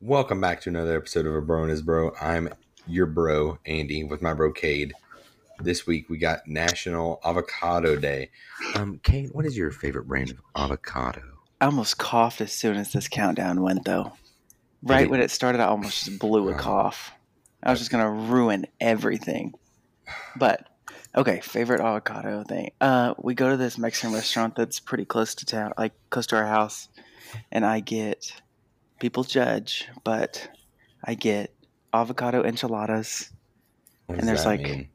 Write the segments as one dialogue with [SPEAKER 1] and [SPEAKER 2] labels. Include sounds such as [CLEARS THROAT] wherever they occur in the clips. [SPEAKER 1] Welcome back to another episode of A Bro and His Bro. I'm your bro, Andy, with my bro, Cade. This week we got National Avocado Day. Um, Cade, what is your favorite brand of avocado?
[SPEAKER 2] I almost coughed as soon as this countdown went, though. Right
[SPEAKER 1] Okay.
[SPEAKER 2] when it started, I almost just blew a
[SPEAKER 1] Wow.
[SPEAKER 2] cough. I was just gonna ruin everything. But okay, favorite avocado thing. Uh, we go to this Mexican restaurant that's pretty close to town, like close to our house, and I get people judge, but I get avocado enchiladas.
[SPEAKER 1] What
[SPEAKER 2] And there's, like,
[SPEAKER 1] mean?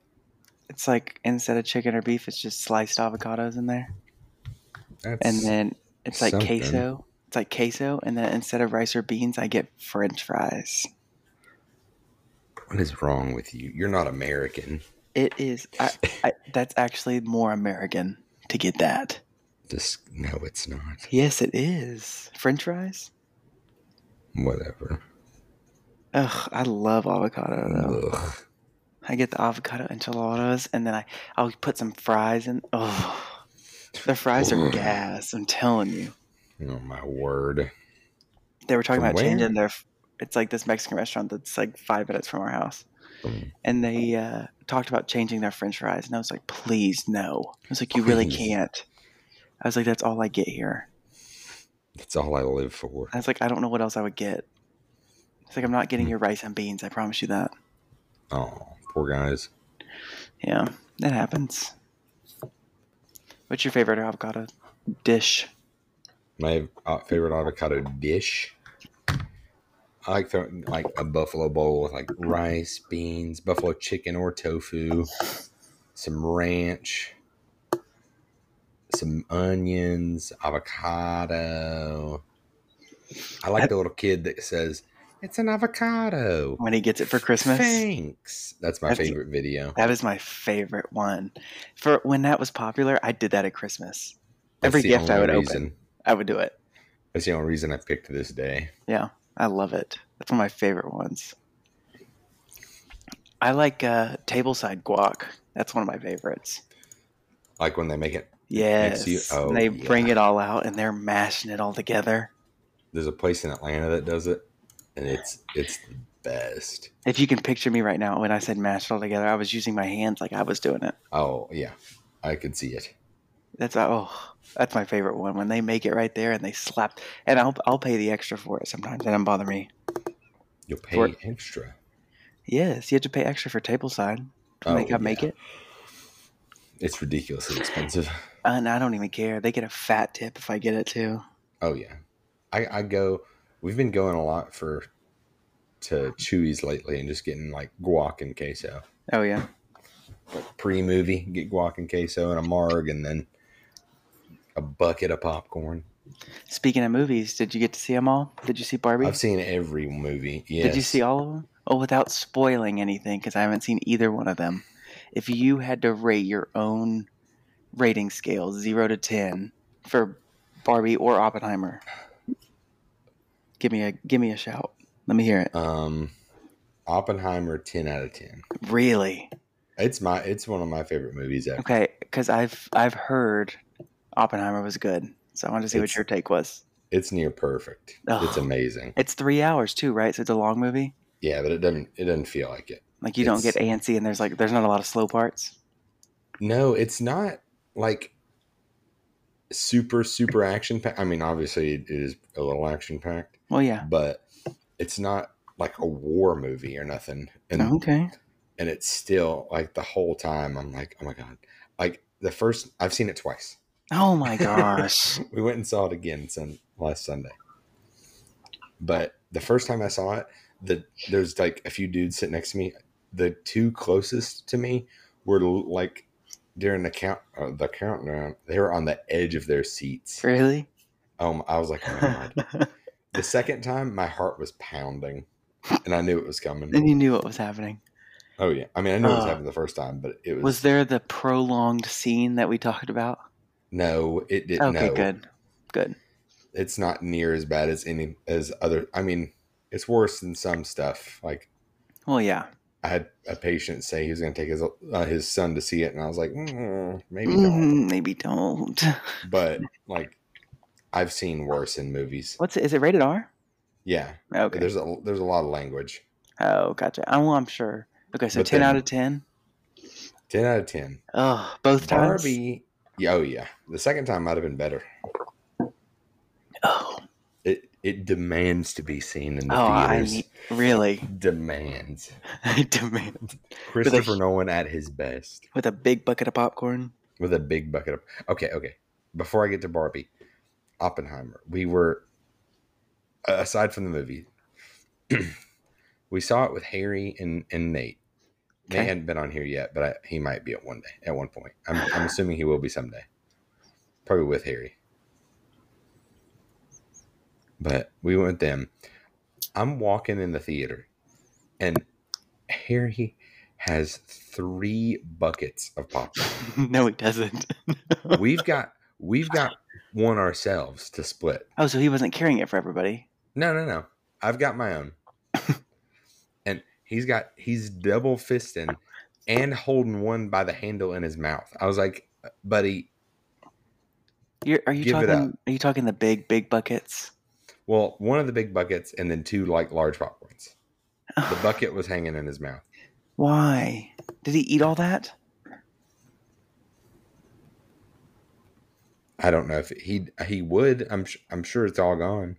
[SPEAKER 2] It's like instead of chicken or beef, it's just sliced avocados in there.
[SPEAKER 1] That's,
[SPEAKER 2] and then it's like
[SPEAKER 1] something.
[SPEAKER 2] queso. It's like queso, and then instead of rice or beans, I get French fries.
[SPEAKER 1] what is wrong with you? You're not American.
[SPEAKER 2] It is. I, I, that's actually more American to get that.
[SPEAKER 1] Just no, it's not.
[SPEAKER 2] Yes, it is French fries.
[SPEAKER 1] Whatever.
[SPEAKER 2] Ugh, I love avocado though.
[SPEAKER 1] Ugh.
[SPEAKER 2] I get the avocado enchiladas, and then I I'll put some fries in. Oh, the fries are
[SPEAKER 1] Ugh.
[SPEAKER 2] gas. I'm telling you.
[SPEAKER 1] Oh my word.
[SPEAKER 2] They were talking
[SPEAKER 1] From
[SPEAKER 2] about
[SPEAKER 1] where?
[SPEAKER 2] changing their. f- It's like this Mexican restaurant that's like five minutes from our house.
[SPEAKER 1] Um,
[SPEAKER 2] and they uh, talked about changing their french fries and i was like please no i was like you really
[SPEAKER 1] Please.
[SPEAKER 2] can't i was like that's all i get here
[SPEAKER 1] That's all I live for.
[SPEAKER 2] i was like i don't know what else i would get it's like i'm not
[SPEAKER 1] Hmm.
[SPEAKER 2] getting your rice and beans i promise you that
[SPEAKER 1] Oh, poor guys.
[SPEAKER 2] yeah that happens what's your favorite avocado dish
[SPEAKER 1] My uh, favorite avocado dish. I like throwing like a buffalo bowl with like rice, beans, buffalo chicken or tofu, some ranch, some onions, avocado. I like the little kid that says, "It's an avocado."
[SPEAKER 2] when he gets it for christmas
[SPEAKER 1] Thanks. That's my
[SPEAKER 2] That's-
[SPEAKER 1] favorite video.
[SPEAKER 2] that is my favorite one for when that was popular i did that at christmas
[SPEAKER 1] That's
[SPEAKER 2] every
[SPEAKER 1] the
[SPEAKER 2] gift i
[SPEAKER 1] only
[SPEAKER 2] would
[SPEAKER 1] reason.
[SPEAKER 2] open i would do it
[SPEAKER 1] That's the only reason I picked this day.
[SPEAKER 2] I love it. That's one of my favorite ones. I like uh, tableside guac. That's one of my favorites.
[SPEAKER 1] Like when they make it
[SPEAKER 2] Yes,
[SPEAKER 1] to you? Oh,
[SPEAKER 2] and they
[SPEAKER 1] yeah.
[SPEAKER 2] bring it all out and they're mashing it all together.
[SPEAKER 1] there's a place in Atlanta that does it, and it's it's the best.
[SPEAKER 2] If you can picture me right now when I said mash it all together, I was using my hands like I was doing it.
[SPEAKER 1] Oh yeah, I could see it.
[SPEAKER 2] That's oh, that's my favorite one when they make it right there and they slap. And I'll I'll pay the extra for it sometimes. That doesn't bother me.
[SPEAKER 1] You'll pay
[SPEAKER 2] For-
[SPEAKER 1] extra.
[SPEAKER 2] Yes, you have to pay extra for tableside.
[SPEAKER 1] Oh,
[SPEAKER 2] Make I make
[SPEAKER 1] yeah.
[SPEAKER 2] it,
[SPEAKER 1] It's ridiculously expensive. [LAUGHS]
[SPEAKER 2] and I don't even care. They get a fat tip if I get it too.
[SPEAKER 1] Oh yeah, I I go. We've been going a lot for to Chewy's lately, and just getting like guac and queso.
[SPEAKER 2] Oh yeah.
[SPEAKER 1] Like pre movie, get guac and queso and a marg, and then a bucket of popcorn.
[SPEAKER 2] Speaking of movies, did you get to see them all? Did you see Barbie?
[SPEAKER 1] I've seen every movie. Yes.
[SPEAKER 2] Did you see all of them? Oh, without spoiling anything, because I haven't seen either one of them. If you had to rate your own rating scale, zero to ten, for Barbie or Oppenheimer, give me a give me a shout. Let me hear it.
[SPEAKER 1] Um, Oppenheimer, ten out of ten.
[SPEAKER 2] Really?
[SPEAKER 1] It's my it's one of my favorite movies ever.
[SPEAKER 2] Okay, because I've I've heard Oppenheimer was good, so I wanted to see
[SPEAKER 1] It's-
[SPEAKER 2] what your take was.
[SPEAKER 1] It's near perfect. It's
[SPEAKER 2] Ugh.
[SPEAKER 1] amazing.
[SPEAKER 2] It's three hours too, right? So it's a long movie.
[SPEAKER 1] Yeah, but it doesn't it doesn't feel like it.
[SPEAKER 2] Like you don't
[SPEAKER 1] It's-
[SPEAKER 2] get antsy, and there's like there's not a lot of slow parts.
[SPEAKER 1] No, it's not like super super action packed. I mean, obviously it is a little action packed,
[SPEAKER 2] Well, yeah.
[SPEAKER 1] but it's not like a war movie or nothing. And
[SPEAKER 2] Okay.
[SPEAKER 1] and it's still like the whole time I'm like, "Oh my god." Like the first I've seen it twice.
[SPEAKER 2] Oh
[SPEAKER 1] [LAUGHS]
[SPEAKER 2] my gosh.
[SPEAKER 1] we went and saw it again sun, last Sunday. But the first time I saw it, the there's like a few dudes sitting next to me. The two closest to me were l- like during the count uh, the countdown. They were on the edge of their seats.
[SPEAKER 2] really?
[SPEAKER 1] Um, I was like, oh my god.
[SPEAKER 2] [LAUGHS]
[SPEAKER 1] the second time, my heart was pounding, and I knew it was
[SPEAKER 2] Then
[SPEAKER 1] coming.
[SPEAKER 2] you knew what was happening.
[SPEAKER 1] Oh yeah, I mean, I knew it was
[SPEAKER 2] Uh,
[SPEAKER 1] happening the first time, but it was,
[SPEAKER 2] Was there the prolonged scene that we talked about?
[SPEAKER 1] no, it didn't.
[SPEAKER 2] Okay,
[SPEAKER 1] no.
[SPEAKER 2] good. Good.
[SPEAKER 1] it's not near as bad as any as other i mean it's worse than some stuff like
[SPEAKER 2] Well, yeah.
[SPEAKER 1] i had a patient say he was going to take his uh, his son to see it and i was like mm, maybe not
[SPEAKER 2] Mm, Maybe don't. [LAUGHS]
[SPEAKER 1] but like i've seen worse in movies
[SPEAKER 2] What's it? Is it rated R?
[SPEAKER 1] Yeah.
[SPEAKER 2] Okay.
[SPEAKER 1] There's a there's a lot of language.
[SPEAKER 2] Oh, gotcha. Oh, I'm sure. Okay, so
[SPEAKER 1] But
[SPEAKER 2] ten out
[SPEAKER 1] then-
[SPEAKER 2] of ten.
[SPEAKER 1] Ten out of ten.
[SPEAKER 2] Oh, both times.
[SPEAKER 1] Barbie. Yeah, oh yeah. The second time might have been better.
[SPEAKER 2] Oh,
[SPEAKER 1] It it demands to be seen in the
[SPEAKER 2] oh, I
[SPEAKER 1] theaters.
[SPEAKER 2] need, really [LAUGHS]
[SPEAKER 1] demands.
[SPEAKER 2] I demand
[SPEAKER 1] Christopher Nolan at his best
[SPEAKER 2] with a big bucket of popcorn.
[SPEAKER 1] with a big bucket of. Okay, okay. Before I get to Barbie, Oppenheimer. We were aside from the movie, [CLEARS THROAT] we saw it with Harry and and Nate. Nate
[SPEAKER 2] Okay.
[SPEAKER 1] hadn't been on here yet, but I, he might be at one day. At one point, I'm, I'm assuming he will be someday. Probably with Harry. But we went with them. I'm walking in the theater, and Harry has three buckets of popcorn.
[SPEAKER 2] [LAUGHS] no, he doesn't.
[SPEAKER 1] we've got we've got one ourselves to split.
[SPEAKER 2] Oh, so he wasn't carrying it for everybody.
[SPEAKER 1] No, no, no. I've got my own. and he's got he's double fisting and holding one by the handle in his mouth. I was like, buddy,
[SPEAKER 2] You're, are you
[SPEAKER 1] Give it
[SPEAKER 2] talking? Are you talking the big, big buckets?
[SPEAKER 1] well, one of the big buckets and then two like large popcorns. The bucket was hanging in his mouth.
[SPEAKER 2] Why did he eat all that?
[SPEAKER 1] I don't know if he he would. I'm sh- I'm sure it's all gone.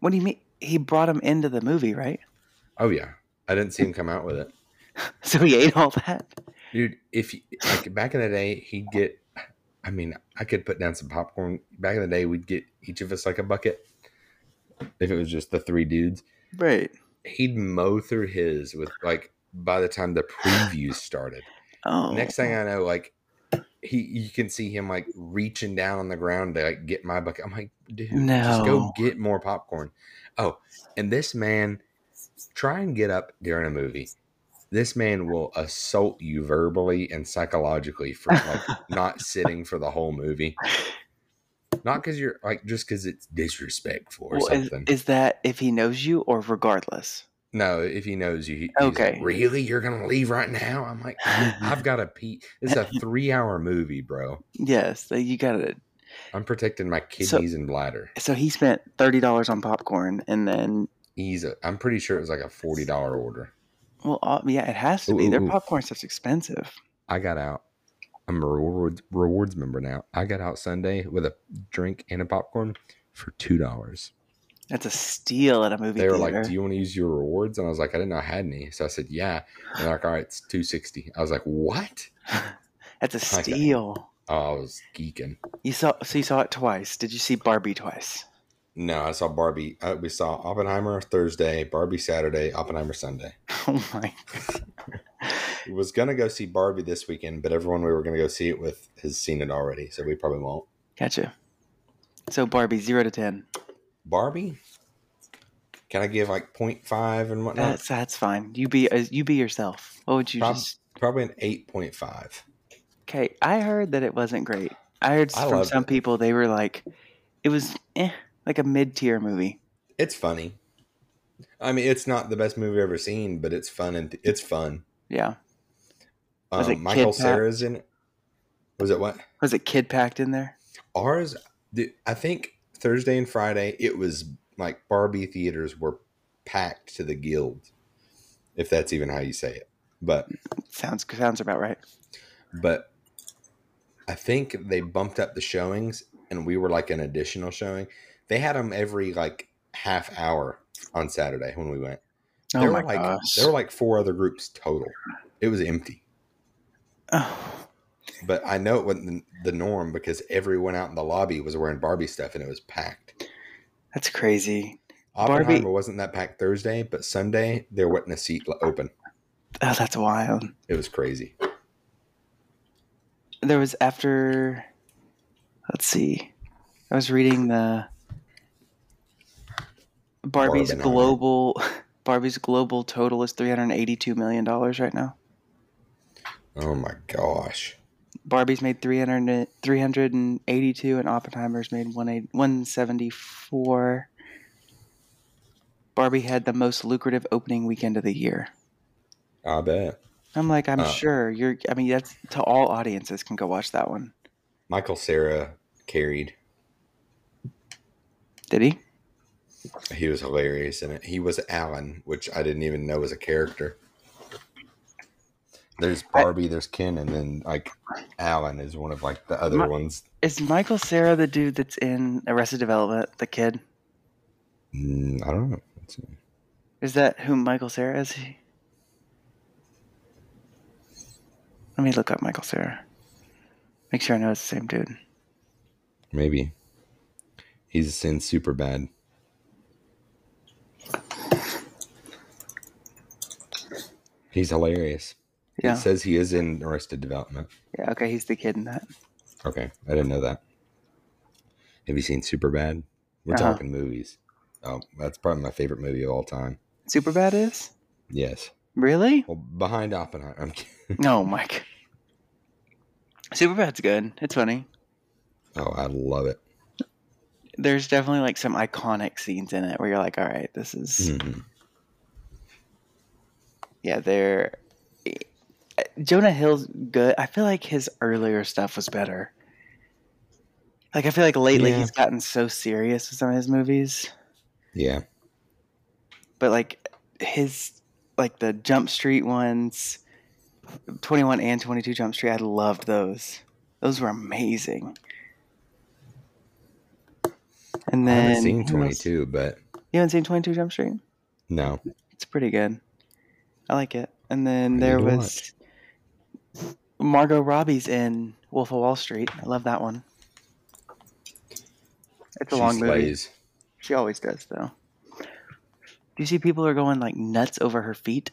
[SPEAKER 2] What do you mean? He brought him into the movie, right? [LAUGHS]
[SPEAKER 1] Oh yeah, I didn't see him come out with it,
[SPEAKER 2] So he ate all that.
[SPEAKER 1] dude. If you- like back in the day, he'd get. I mean, I could put down some popcorn. Back in the day, we'd get each of us like a bucket. If it was just the three dudes,
[SPEAKER 2] Right.
[SPEAKER 1] he'd mow through his with like by the time the previews started.
[SPEAKER 2] Oh.
[SPEAKER 1] Next thing I know, like he you can see him like reaching down on the ground to like get my bucket. I'm like, dude, just go
[SPEAKER 2] No.
[SPEAKER 1] get more popcorn. Oh, and this man try and get up during a movie. This man will assault you verbally and psychologically for like
[SPEAKER 2] [LAUGHS]
[SPEAKER 1] not sitting for the whole movie. Not because you're like just because it's disrespectful or
[SPEAKER 2] Well, is,
[SPEAKER 1] something.
[SPEAKER 2] is that if he knows you or
[SPEAKER 1] [LAUGHS]
[SPEAKER 2] regardless?
[SPEAKER 1] No, if he knows you, he- he's
[SPEAKER 2] Okay.
[SPEAKER 1] Like, really, you're gonna leave right now? I'm like, I've got to pee. This [LAUGHS] is a three-hour movie, bro.
[SPEAKER 2] yes, that you got to
[SPEAKER 1] I'm protecting my kidneys and bladder.
[SPEAKER 2] So he spent thirty dollars on popcorn, and then
[SPEAKER 1] He's. A, I'm pretty sure it was like a forty-dollar order.
[SPEAKER 2] well, uh, yeah, it has to be.
[SPEAKER 1] Ooh,
[SPEAKER 2] Their
[SPEAKER 1] ooh, ooh.
[SPEAKER 2] popcorn stuff's expensive.
[SPEAKER 1] I got out. I'm a rewards rewards member now. I got out Sunday with a drink and a popcorn for two dollars.
[SPEAKER 2] That's a steal at a movie
[SPEAKER 1] They were
[SPEAKER 2] theater.
[SPEAKER 1] like, "Do you want to use your rewards?" And I was like, "I didn't know I had any," so I said, "Yeah." And they're like, "All right, it's two sixty. I was like, "What?"
[SPEAKER 2] That's a
[SPEAKER 1] Okay.
[SPEAKER 2] steal.
[SPEAKER 1] Oh, I was geeking.
[SPEAKER 2] You saw, so you saw it twice. Did you see Barbie twice? [LAUGHS]
[SPEAKER 1] No, I saw Barbie. Uh, we saw Oppenheimer Thursday, Barbie Saturday, Oppenheimer Sunday.
[SPEAKER 2] Oh my!
[SPEAKER 1] We was gonna go see Barbie this weekend, but everyone we were gonna go see it with has seen it already, so we probably won't.
[SPEAKER 2] Gotcha. So Barbie zero to ten.
[SPEAKER 1] Barbie, can I give like 0.5 and whatnot?
[SPEAKER 2] That's that's fine. You be uh, you be yourself. What would you
[SPEAKER 1] Prob-
[SPEAKER 2] just?
[SPEAKER 1] probably an eight point five.
[SPEAKER 2] Okay, I heard that it wasn't great. I heard
[SPEAKER 1] I
[SPEAKER 2] from
[SPEAKER 1] loved
[SPEAKER 2] some
[SPEAKER 1] it.
[SPEAKER 2] people they were like, it was eh, like a mid tier movie.
[SPEAKER 1] It's funny. I mean, it's not the best movie I've ever seen, but it's fun and it's fun.
[SPEAKER 2] Yeah. Was it
[SPEAKER 1] Um, Michael
[SPEAKER 2] Kid Pat?
[SPEAKER 1] Sarah's in it. Was it what?
[SPEAKER 2] Was it kid packed in there?
[SPEAKER 1] Ours, dude, I think Thursday and Friday, it was like Barbie theaters were packed to the guild, if that's even how you say it. But
[SPEAKER 2] Sounds sounds about right.
[SPEAKER 1] but I think they bumped up the showings, and we were like an additional showing. They had them every like half hour on Saturday when we went.
[SPEAKER 2] Oh
[SPEAKER 1] there
[SPEAKER 2] my
[SPEAKER 1] were like
[SPEAKER 2] gosh.
[SPEAKER 1] there were like four other groups total. It was empty.
[SPEAKER 2] Oh,
[SPEAKER 1] But I know it wasn't the the norm because everyone out in the lobby was wearing Barbie stuff and it was packed.
[SPEAKER 2] that's crazy. Barbie-
[SPEAKER 1] Oppenheimer wasn't that packed Thursday, but Sunday there wasn't a seat l- open.
[SPEAKER 2] Oh, that's wild.
[SPEAKER 1] It was crazy.
[SPEAKER 2] There was after. Let's see. I was reading the Barbie's
[SPEAKER 1] Barbie, no.
[SPEAKER 2] global [LAUGHS] Barbie's global total is three hundred eighty-two million dollars right now.
[SPEAKER 1] Oh my gosh.
[SPEAKER 2] Barbie's made 300, 382 and Oppenheimer's made 18 174. Barbie had the most lucrative opening weekend of the year.
[SPEAKER 1] I bet.
[SPEAKER 2] I'm like, I'm
[SPEAKER 1] Uh,
[SPEAKER 2] sure you're. I mean, that's to all audiences can go watch that one.
[SPEAKER 1] Michael Sarah carried.
[SPEAKER 2] Did he?
[SPEAKER 1] He was hilarious in it. He was Alan, which I didn't even know was a character. There's Barbie, there's Ken, and then like Alan is one of like the other
[SPEAKER 2] My-
[SPEAKER 1] ones.
[SPEAKER 2] Is Michael Sarah the dude that's in Arrested Development, the kid?
[SPEAKER 1] Mm, I don't know. Let's see.
[SPEAKER 2] Is that who Michael Sarah is? He? Let me look up Michael Sarah. Make sure I know it's the same dude.
[SPEAKER 1] Maybe he's in super bad. He's hilarious.
[SPEAKER 2] Yeah.
[SPEAKER 1] It says he is in Arrested Development.
[SPEAKER 2] Yeah. Okay, he's the kid in that.
[SPEAKER 1] Okay, I didn't know that. Have you seen Super Bad? We're
[SPEAKER 2] Uh-huh.
[SPEAKER 1] talking movies. Oh, that's probably my favorite movie of all time.
[SPEAKER 2] Superbad is
[SPEAKER 1] Yes.
[SPEAKER 2] really?
[SPEAKER 1] Well, behind Oppenheimer. I'm kidding.
[SPEAKER 2] No, Mike. Superbad's good. It's funny.
[SPEAKER 1] Oh, I love it.
[SPEAKER 2] There's definitely like some iconic scenes in it where you're like, all right, this is
[SPEAKER 1] Mhm.
[SPEAKER 2] yeah. They're eh, Jonah Hill's good. I feel like his earlier stuff was better. Like I feel like lately
[SPEAKER 1] Yeah.
[SPEAKER 2] he's gotten so serious with some of his movies.
[SPEAKER 1] Yeah.
[SPEAKER 2] but like his like the jump street ones 21 and 22 jump street i loved those those were amazing and
[SPEAKER 1] I
[SPEAKER 2] then
[SPEAKER 1] haven't seen
[SPEAKER 2] who else-
[SPEAKER 1] 22, but
[SPEAKER 2] you haven't seen 22 jump street
[SPEAKER 1] no.
[SPEAKER 2] it's pretty good i like it and then
[SPEAKER 1] I need
[SPEAKER 2] there
[SPEAKER 1] to
[SPEAKER 2] was margot robbie's in wolf of wall street i love that one it's a
[SPEAKER 1] She
[SPEAKER 2] long movie
[SPEAKER 1] slays.
[SPEAKER 2] she always does, though. Do you see people are going like nuts over her feet?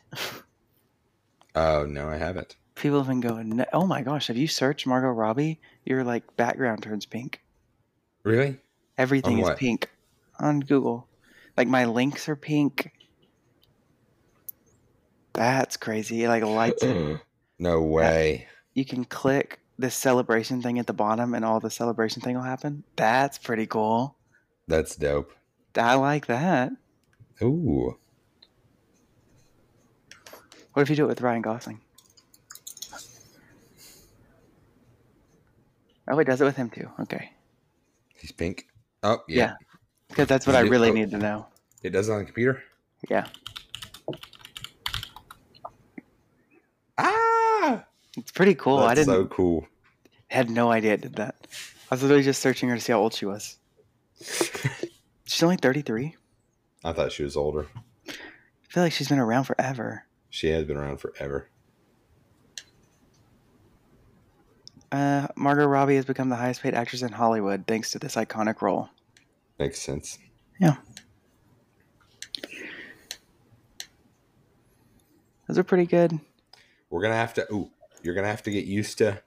[SPEAKER 1] Oh, no, I haven't.
[SPEAKER 2] People have been going, nu- oh my gosh, have you searched Margot Robbie? Your like background turns pink. [CLEARS THROAT]
[SPEAKER 1] Really?
[SPEAKER 2] Everything
[SPEAKER 1] On
[SPEAKER 2] is
[SPEAKER 1] what?
[SPEAKER 2] pink on Google. Like my links are pink. That's crazy. It like
[SPEAKER 1] [CLEARS THROAT]
[SPEAKER 2] lights up.
[SPEAKER 1] no way.
[SPEAKER 2] You can click this celebration thing at the bottom and all the celebration thing will happen. That's pretty cool.
[SPEAKER 1] That's dope.
[SPEAKER 2] I like that.
[SPEAKER 1] Ooh.
[SPEAKER 2] What if you do it with Ryan Gosling? Oh, it does it with him too. Okay.
[SPEAKER 1] He's pink. Oh, yeah.
[SPEAKER 2] Yeah. Because that's what I
[SPEAKER 1] You do-
[SPEAKER 2] really
[SPEAKER 1] oh.
[SPEAKER 2] need to know.
[SPEAKER 1] It does it on the computer?
[SPEAKER 2] Yeah.
[SPEAKER 1] Ah!
[SPEAKER 2] It's pretty cool. I
[SPEAKER 1] That's
[SPEAKER 2] didn't
[SPEAKER 1] so cool.
[SPEAKER 2] had no idea it did that. I was literally just searching her to see how old she was. She's only 33.
[SPEAKER 1] [LAUGHS] I thought she was older.
[SPEAKER 2] I feel like she's been around forever.
[SPEAKER 1] She has been around forever.
[SPEAKER 2] Uh, Margot Robbie has become the highest paid actress in Hollywood thanks to this iconic role.
[SPEAKER 1] Makes sense.
[SPEAKER 2] Those are pretty good.
[SPEAKER 1] We're gonna have to. Ooh, you're gonna have to get used to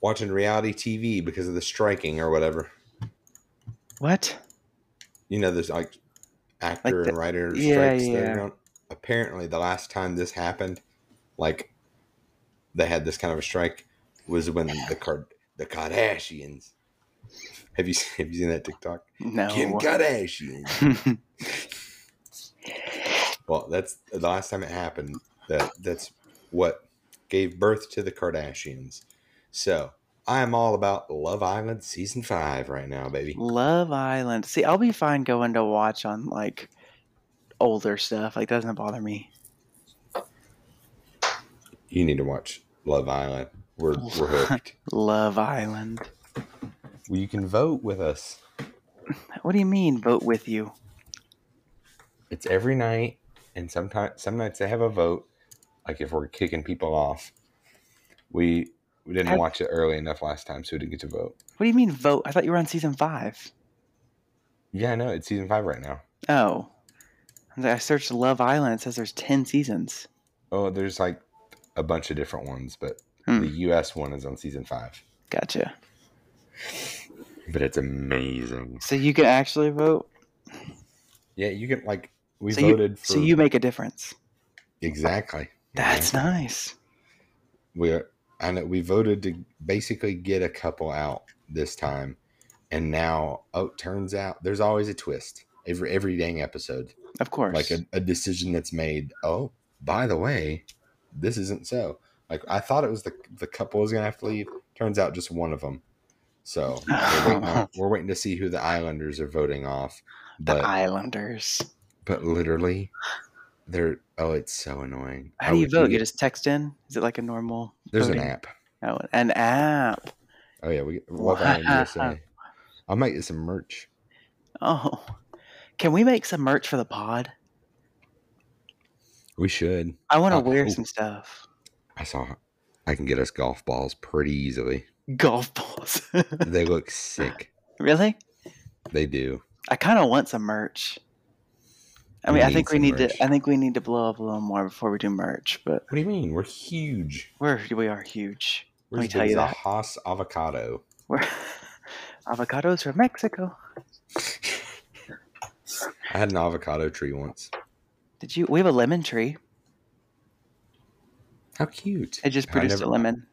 [SPEAKER 1] watching reality TV because of the striking or whatever.
[SPEAKER 2] What?
[SPEAKER 1] You know, there's like actor
[SPEAKER 2] Like the-
[SPEAKER 1] and writer
[SPEAKER 2] yeah,
[SPEAKER 1] strikes. that
[SPEAKER 2] yeah.
[SPEAKER 1] are going- Apparently, the last time this happened, like they had this kind of a strike, was when the card the Kardashians. Have you [LAUGHS] seen, have you seen that TikTok? Kim
[SPEAKER 2] No.
[SPEAKER 1] Kardashian. Well, that's the last time it happened. That that's what gave birth to the Kardashians. So I am all about Love Island season five right now, baby.
[SPEAKER 2] [LAUGHS] Love Island. See, I'll be fine going to watch on like older stuff. Like doesn't bother me.
[SPEAKER 1] You need to watch Love Island. We're we're hooked.
[SPEAKER 2] Love Island.
[SPEAKER 1] well, you can vote with us.
[SPEAKER 2] What do you mean vote with you?
[SPEAKER 1] It's every night, and sometimes some nights they have a vote. Like if we're kicking people off, we we didn't
[SPEAKER 2] Have-
[SPEAKER 1] watch it early enough last time, so we didn't get to vote.
[SPEAKER 2] What do you mean vote? I thought you were on season five.
[SPEAKER 1] Yeah, I know it's season five right now.
[SPEAKER 2] Oh. I was like, I searched Love Island. It says there's ten seasons.
[SPEAKER 1] Oh, there's like a bunch of different ones, but
[SPEAKER 2] Hmm.
[SPEAKER 1] the U.S. one is on season five.
[SPEAKER 2] Gotcha.
[SPEAKER 1] But it's amazing.
[SPEAKER 2] So you can actually vote.
[SPEAKER 1] Yeah, you can like we
[SPEAKER 2] so
[SPEAKER 1] voted
[SPEAKER 2] you,
[SPEAKER 1] for
[SPEAKER 2] so you make a difference.
[SPEAKER 1] exactly.
[SPEAKER 2] That's
[SPEAKER 1] Yeah.
[SPEAKER 2] nice.
[SPEAKER 1] we. Are, I know we voted to basically get a couple out this time, and now oh, turns out there's always a twist every every dang episode,
[SPEAKER 2] Of course.
[SPEAKER 1] like
[SPEAKER 2] [LAUGHS]
[SPEAKER 1] a, [LAUGHS] a decision that's made. Oh, by the way, this isn't so. Like I thought it was the the couple was gonna have to leave. Turns out Uh-huh. just one of them. So we're waiting, on- we're waiting to see who the Islanders are voting off.
[SPEAKER 2] The
[SPEAKER 1] But
[SPEAKER 2] Islanders.
[SPEAKER 1] but literally, they're oh, it's so annoying.
[SPEAKER 2] How
[SPEAKER 1] I
[SPEAKER 2] do you
[SPEAKER 1] would
[SPEAKER 2] vote?
[SPEAKER 1] do-
[SPEAKER 2] You just text in? Is it like a normal?
[SPEAKER 1] there's an
[SPEAKER 2] voting?
[SPEAKER 1] app.
[SPEAKER 2] Oh, an app.
[SPEAKER 1] Oh yeah, we love
[SPEAKER 2] Wow.
[SPEAKER 1] wow.
[SPEAKER 2] [LAUGHS]
[SPEAKER 1] USA. I might get some merch.
[SPEAKER 2] Oh, can we make some merch for the pod?
[SPEAKER 1] We should.
[SPEAKER 2] I want to
[SPEAKER 1] Uh,
[SPEAKER 2] wear
[SPEAKER 1] ooh.
[SPEAKER 2] some stuff.
[SPEAKER 1] I saw. I can get us golf balls pretty easily.
[SPEAKER 2] Golf balls. [LAUGHS]
[SPEAKER 1] They look sick.
[SPEAKER 2] really?
[SPEAKER 1] They do.
[SPEAKER 2] I kind of want some merch. I
[SPEAKER 1] We
[SPEAKER 2] mean, I
[SPEAKER 1] need
[SPEAKER 2] think we
[SPEAKER 1] some
[SPEAKER 2] need
[SPEAKER 1] merch.
[SPEAKER 2] to. I think we need to blow up a little more before we do merch. But
[SPEAKER 1] What do you mean? We're huge.
[SPEAKER 2] we're we are huge.
[SPEAKER 1] We're
[SPEAKER 2] Let me
[SPEAKER 1] as
[SPEAKER 2] tell
[SPEAKER 1] big
[SPEAKER 2] you
[SPEAKER 1] as a
[SPEAKER 2] that.
[SPEAKER 1] Haas avocado.
[SPEAKER 2] We're [LAUGHS] avocados from Mexico.
[SPEAKER 1] I had an avocado tree once.
[SPEAKER 2] Did you? We have a lemon tree.
[SPEAKER 1] How cute!
[SPEAKER 2] It just
[SPEAKER 1] I
[SPEAKER 2] produced
[SPEAKER 1] never-
[SPEAKER 2] a lemon.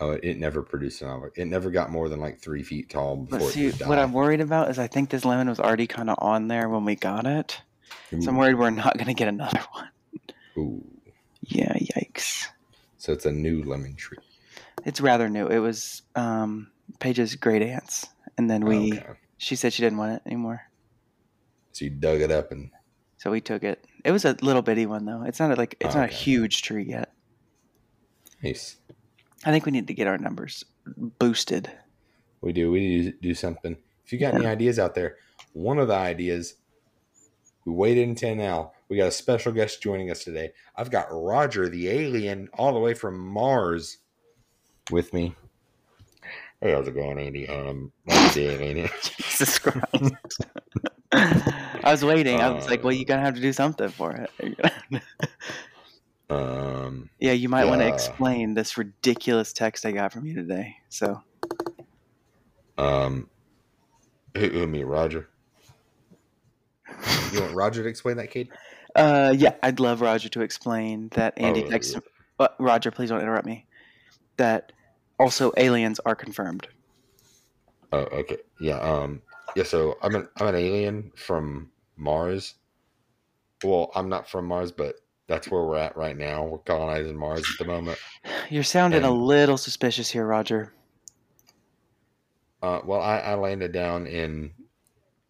[SPEAKER 1] Oh, it never produced an avocado. It never got more than like three feet tall before
[SPEAKER 2] But see,
[SPEAKER 1] it just died.
[SPEAKER 2] what I'm worried about is I think this lemon was already kind of on there when we got it. So I'm
[SPEAKER 1] Ooh.
[SPEAKER 2] worried we're not going to get another [LAUGHS] one.
[SPEAKER 1] Ooh.
[SPEAKER 2] Yeah, yikes.
[SPEAKER 1] So it's a new lemon tree.
[SPEAKER 2] It's rather new. It was um, Paige's great aunt's. And then we,
[SPEAKER 1] Oh, Okay.
[SPEAKER 2] she said she didn't want it anymore.
[SPEAKER 1] So you dug it up and
[SPEAKER 2] So we took it. It was a little bitty one, though. It's not a, like, it's not
[SPEAKER 1] Oh, Okay.
[SPEAKER 2] a huge tree yet.
[SPEAKER 1] nice.
[SPEAKER 2] I think we need to get our numbers boosted. [LAUGHS]
[SPEAKER 1] We do. We need to do something. If you got any ideas out there, one of the ideas we waited until now. We got a special guest joining us today. I've got Roger the alien all the way from Mars with me. Hey, how's it going, Andy? Um, Roger the alien.
[SPEAKER 2] Jesus Christ. I was waiting. I was like, well,
[SPEAKER 1] Uh.
[SPEAKER 2] you're going to have to do something for it. You're gonna-
[SPEAKER 1] Um,
[SPEAKER 2] yeah, you might want to
[SPEAKER 1] Yeah.
[SPEAKER 2] explain this ridiculous text I got from you today. So,
[SPEAKER 1] um, who, who me, Roger? You want Roger to explain that, kid?
[SPEAKER 2] uh, yeah, I'd love Roger to explain that Andy
[SPEAKER 1] Oh,
[SPEAKER 2] texted Uh, Roger, please don't interrupt me. That also aliens are confirmed.
[SPEAKER 1] Oh, okay. Yeah. Um. Yeah. So I'm an I'm an alien from Mars. Well, I'm not from Mars, but that's where we're at right now. We're colonizing Mars at the moment.
[SPEAKER 2] You're sounding a
[SPEAKER 1] And-
[SPEAKER 2] little suspicious here, Roger.
[SPEAKER 1] Uh, well, I, I landed down in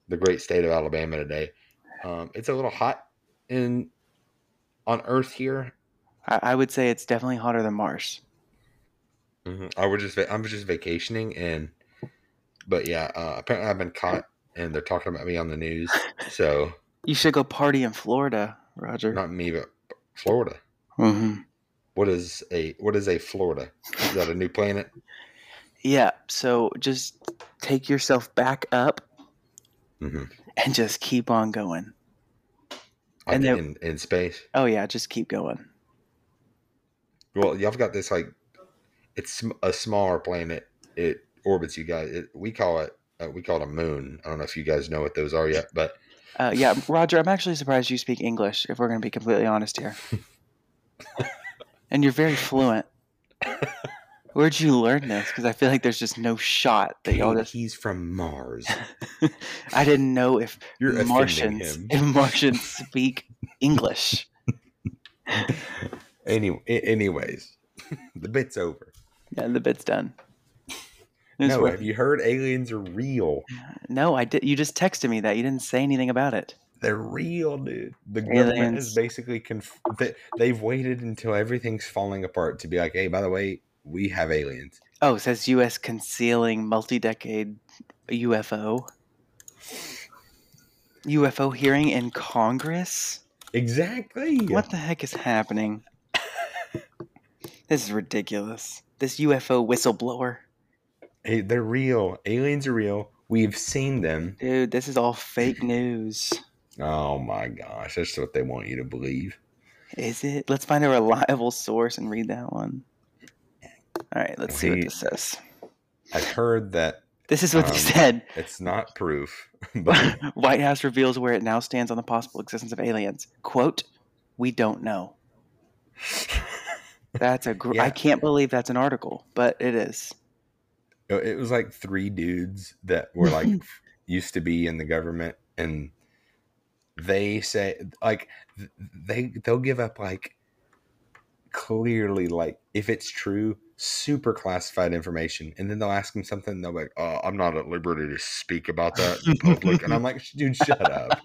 [SPEAKER 1] the great state of Alabama today. Um, it's a little hot in on Earth here.
[SPEAKER 2] I, I would say it's definitely hotter than Mars.
[SPEAKER 1] hmm I was just va- I was just vacationing and, but yeah, uh, apparently I've been caught and they're talking about me on the news. So
[SPEAKER 2] You should go party in Florida, Roger.
[SPEAKER 1] not me, but Florida.
[SPEAKER 2] hmm
[SPEAKER 1] What is a what is a Florida? Is that a new planet?
[SPEAKER 2] Yeah, so just take yourself back up
[SPEAKER 1] Mm-hmm.
[SPEAKER 2] and just keep on going.
[SPEAKER 1] Like
[SPEAKER 2] And there-
[SPEAKER 1] in, in space.
[SPEAKER 2] Oh, yeah, just keep going.
[SPEAKER 1] Well, y'all've got this like it's sm- a smaller planet. It orbits you guys. It, we call it uh, we call it a moon. I don't know if you guys know what those are yet, but
[SPEAKER 2] Uh, yeah, Roger, I'm actually surprised you speak English, if we're going to be completely honest
[SPEAKER 1] [LAUGHS]
[SPEAKER 2] here. and you're very fluent. Where'd you learn this? Because I feel like there's just no shot that y'all
[SPEAKER 1] Dude,
[SPEAKER 2] just.
[SPEAKER 1] he's from
[SPEAKER 2] [LAUGHS]
[SPEAKER 1] Mars.
[SPEAKER 2] I didn't know if
[SPEAKER 1] You're offending
[SPEAKER 2] Martians
[SPEAKER 1] him.
[SPEAKER 2] if Martians speak English.
[SPEAKER 1] Any, a- anyways, [LAUGHS] the bit's over.
[SPEAKER 2] Yeah, the bit's done. It was
[SPEAKER 1] No,
[SPEAKER 2] worth-
[SPEAKER 1] have you heard aliens are real?
[SPEAKER 2] no, I did. You just texted me that you didn't say anything about it.
[SPEAKER 1] They're real, dude. The government
[SPEAKER 2] Aliens.
[SPEAKER 1] is basically conf- they, they've waited until everything's falling apart to be like, hey, by the way, we have aliens.
[SPEAKER 2] Oh, it says U.S. concealing multi-decade UFO. UFO hearing in Congress.
[SPEAKER 1] Exactly.
[SPEAKER 2] What the heck is happening? [LAUGHS] this is ridiculous. This UFO whistleblower,
[SPEAKER 1] Hey, they're real. Aliens are real. We've seen them.
[SPEAKER 2] dude. This is all fake news.
[SPEAKER 1] Oh my gosh, that's what they want you to believe.
[SPEAKER 2] Is it? Let's find a reliable source and read that one. All right, let's see what
[SPEAKER 1] We-
[SPEAKER 2] this says.
[SPEAKER 1] I've heard that
[SPEAKER 2] This is what they
[SPEAKER 1] Um,
[SPEAKER 2] said.
[SPEAKER 1] it's not proof, [LAUGHS]
[SPEAKER 2] [LAUGHS]
[SPEAKER 1] but
[SPEAKER 2] White House reveals where it now stands on the possible existence of aliens. Quote, we don't know. That's a gr- I
[SPEAKER 1] Yeah.
[SPEAKER 2] can't believe that's an article, but it is.
[SPEAKER 1] it it was like three dudes that were
[SPEAKER 2] [LAUGHS]
[SPEAKER 1] like used to be in the government and they say like th- they they'll give up like clearly like if it's true super classified information, and then they'll ask them something. And they'll be like, "Oh, I'm not at liberty to speak about that
[SPEAKER 2] [LAUGHS]
[SPEAKER 1] in public," and I'm like, "Dude, shut up."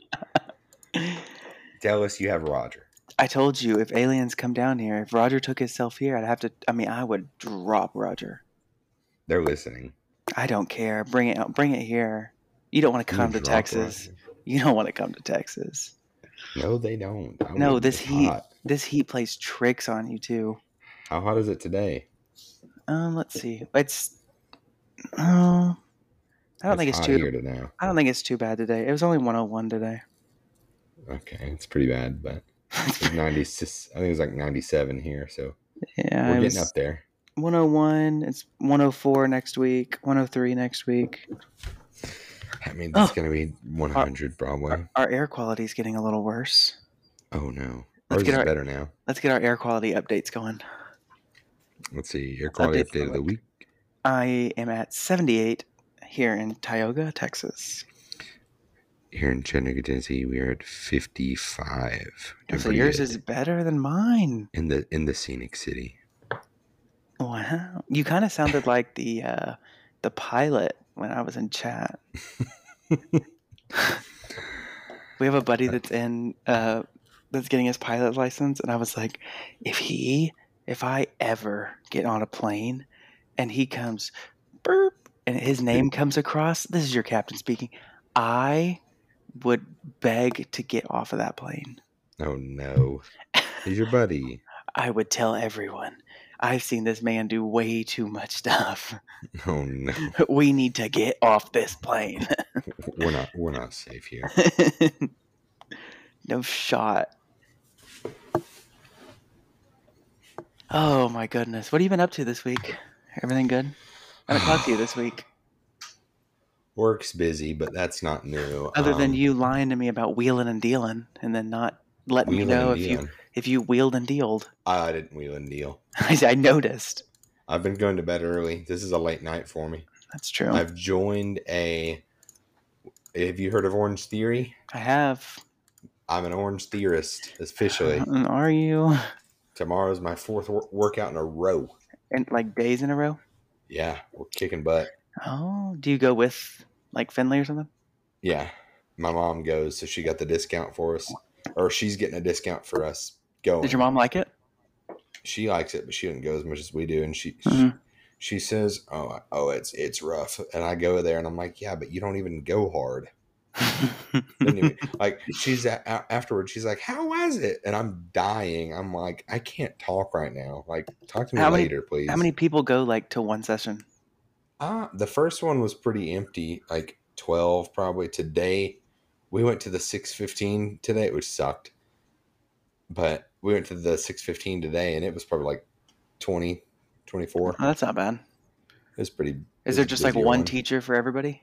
[SPEAKER 1] Tell us you have Roger.
[SPEAKER 2] I told you if aliens come down here, if Roger took himself here, I'd have to. I mean, I would drop Roger.
[SPEAKER 1] They're listening.
[SPEAKER 2] I don't care. Bring it out. Bring it here. You don't want to
[SPEAKER 1] You
[SPEAKER 2] come to
[SPEAKER 1] drop
[SPEAKER 2] Texas. You don't want to come to Texas.
[SPEAKER 1] Roger. No, they don't. I
[SPEAKER 2] No,
[SPEAKER 1] wouldn't.
[SPEAKER 2] this
[SPEAKER 1] It's
[SPEAKER 2] heat-
[SPEAKER 1] hot.
[SPEAKER 2] This heat plays tricks on you too.
[SPEAKER 1] How hot is it today?
[SPEAKER 2] Um, let's see. It's. Uh, I don't think it's
[SPEAKER 1] hot
[SPEAKER 2] too.
[SPEAKER 1] here to now.
[SPEAKER 2] I don't think it's too bad today. It was only 101 today. [LAUGHS]
[SPEAKER 1] Okay, it's pretty bad, but it's 96. I think it was like 97 here, so we're
[SPEAKER 2] yeah, Uh, it
[SPEAKER 1] getting
[SPEAKER 2] was
[SPEAKER 1] up there.
[SPEAKER 2] 101. It's 104 next week. 103 next week.
[SPEAKER 1] I mean, it's
[SPEAKER 2] Oh.
[SPEAKER 1] gonna be 100 Broadway.
[SPEAKER 2] Our air quality is getting a little worse.
[SPEAKER 1] Oh no,
[SPEAKER 2] Let's
[SPEAKER 1] ours
[SPEAKER 2] get
[SPEAKER 1] is
[SPEAKER 2] our-
[SPEAKER 1] better now.
[SPEAKER 2] Let's get our air quality updates going.
[SPEAKER 1] Let's see, air quality
[SPEAKER 2] update
[SPEAKER 1] update of the week.
[SPEAKER 2] I am at 78 here in Tioga, Texas.
[SPEAKER 1] Here in Chattanooga, Tennessee, we are at 55. doing
[SPEAKER 2] Oh, So
[SPEAKER 1] pretty
[SPEAKER 2] yours
[SPEAKER 1] good.
[SPEAKER 2] is better than mine.
[SPEAKER 1] in the in the scenic city.
[SPEAKER 2] Wow, you kind of sounded like the uh, the pilot when I was in chat. we have a buddy that's in uh, that's getting his pilot license, and I was like, if he, if I ever get on a plane, and he comes, burp, and his name comes across, this is your captain speaking. I would beg to get off of that plane.
[SPEAKER 1] Oh
[SPEAKER 2] [LAUGHS]
[SPEAKER 1] no, he's your buddy.
[SPEAKER 2] I would tell everyone. I've seen this man do way too much stuff.
[SPEAKER 1] Oh no,
[SPEAKER 2] we need to get off this plane. [LAUGHS]
[SPEAKER 1] we're not we're not safe here.
[SPEAKER 2] no shot. Oh my goodness. What have you been up to this week? Everything good? I haven't talked to you
[SPEAKER 1] [SIGHS]
[SPEAKER 2] this week.
[SPEAKER 1] Work's busy, but that's not new.
[SPEAKER 2] Other than
[SPEAKER 1] Um,
[SPEAKER 2] you lying to me about wheeling and dealing and then not letting me
[SPEAKER 1] wheeling
[SPEAKER 2] know
[SPEAKER 1] and
[SPEAKER 2] if you
[SPEAKER 1] dealing.
[SPEAKER 2] if you wheeled and dealed. [LAUGHS]
[SPEAKER 1] I didn't wheel and deal.
[SPEAKER 2] I, I noticed.
[SPEAKER 1] I've been going to bed early. This is a late night for me.
[SPEAKER 2] That's true. I've,
[SPEAKER 1] I've joined a. Have you heard of Orange Theory? I'm an Orange theorist
[SPEAKER 2] Uh-huh.
[SPEAKER 1] officially.
[SPEAKER 2] Are you?
[SPEAKER 1] Tomorrow's my fourth wor- workout in a row.
[SPEAKER 2] And like days in a row?
[SPEAKER 1] Yeah, we're kicking butt.
[SPEAKER 2] Oh, do you go with like Finley or something?
[SPEAKER 1] Yeah, my mom goes, so she got the discount for us, or she's getting a discount for us going.
[SPEAKER 2] Did your mom like it?
[SPEAKER 1] She likes it, but she doesn't go as much as we do, and she.
[SPEAKER 2] Mhm.
[SPEAKER 1] She says, "Oh, oh, it's it's rough," and I go there, and I'm like, "Yeah, but you don't even go hard."
[SPEAKER 2] Mm-hmm.
[SPEAKER 1] Didn't
[SPEAKER 2] [LAUGHS]
[SPEAKER 1] even- like she's a- a- afterwards she's like how was it and i'm dying i'm like i can't talk right now like talk to me
[SPEAKER 2] How many-
[SPEAKER 1] later please
[SPEAKER 2] How many people go like to one session?
[SPEAKER 1] uh, the first one was pretty empty like 12 probably today we went to the 615 today which sucked but we went to the 615 today and it was probably like 20 24
[SPEAKER 2] Oh, that's not bad.
[SPEAKER 1] it was pretty
[SPEAKER 2] Is
[SPEAKER 1] It's
[SPEAKER 2] there
[SPEAKER 1] a
[SPEAKER 2] just like
[SPEAKER 1] busier
[SPEAKER 2] one,
[SPEAKER 1] one.
[SPEAKER 2] teacher for everybody,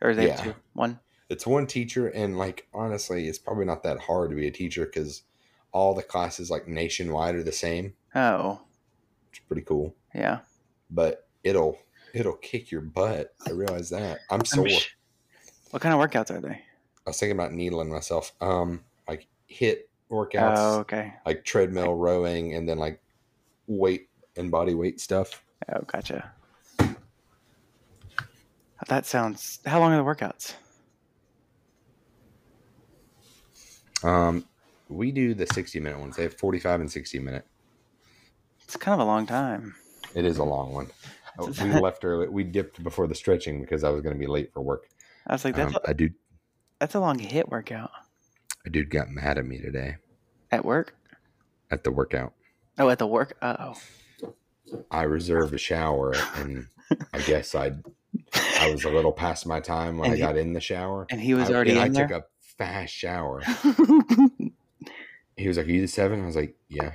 [SPEAKER 2] or is there
[SPEAKER 1] Yeah.
[SPEAKER 2] two? One.
[SPEAKER 1] it's one teacher and like honestly it's probably not that hard to be a teacher because all the classes like nationwide are the same
[SPEAKER 2] Oh,
[SPEAKER 1] which is pretty cool
[SPEAKER 2] yeah.
[SPEAKER 1] but it'll it'll kick your butt. I realize that. I'm
[SPEAKER 2] I'm
[SPEAKER 1] sore.
[SPEAKER 2] sh- what kind of workouts are they?
[SPEAKER 1] I was thinking about needling myself. Um, like hit workouts,
[SPEAKER 2] Oh, okay.
[SPEAKER 1] like treadmill rowing, and then like weight and body weight stuff.
[SPEAKER 2] Oh, gotcha. That sounds. How long are the workouts?
[SPEAKER 1] Um, we do the 60 minute ones. They have 45 and 60 minute.
[SPEAKER 2] It's kind of a long time.
[SPEAKER 1] It is a long one. Uh, We
[SPEAKER 2] [LAUGHS]
[SPEAKER 1] left early. We dipped before the stretching because I was going to be late for work.
[SPEAKER 2] I was like, that's
[SPEAKER 1] Um,
[SPEAKER 2] a,
[SPEAKER 1] a dude,
[SPEAKER 2] that's a long hit workout
[SPEAKER 1] a dude got mad at me today
[SPEAKER 2] at work.
[SPEAKER 1] at the workout.
[SPEAKER 2] Oh, at the work.
[SPEAKER 1] [LAUGHS]
[SPEAKER 2] Uh
[SPEAKER 1] I reserved a shower, and I guess I I
[SPEAKER 2] oh.
[SPEAKER 1] was a little past my time when
[SPEAKER 2] And
[SPEAKER 1] I
[SPEAKER 2] he-
[SPEAKER 1] got in the shower.
[SPEAKER 2] And he was
[SPEAKER 1] I,
[SPEAKER 2] already
[SPEAKER 1] and I
[SPEAKER 2] in there.
[SPEAKER 1] took a fast shower. He was like, Are you the seven? I was like, Yeah.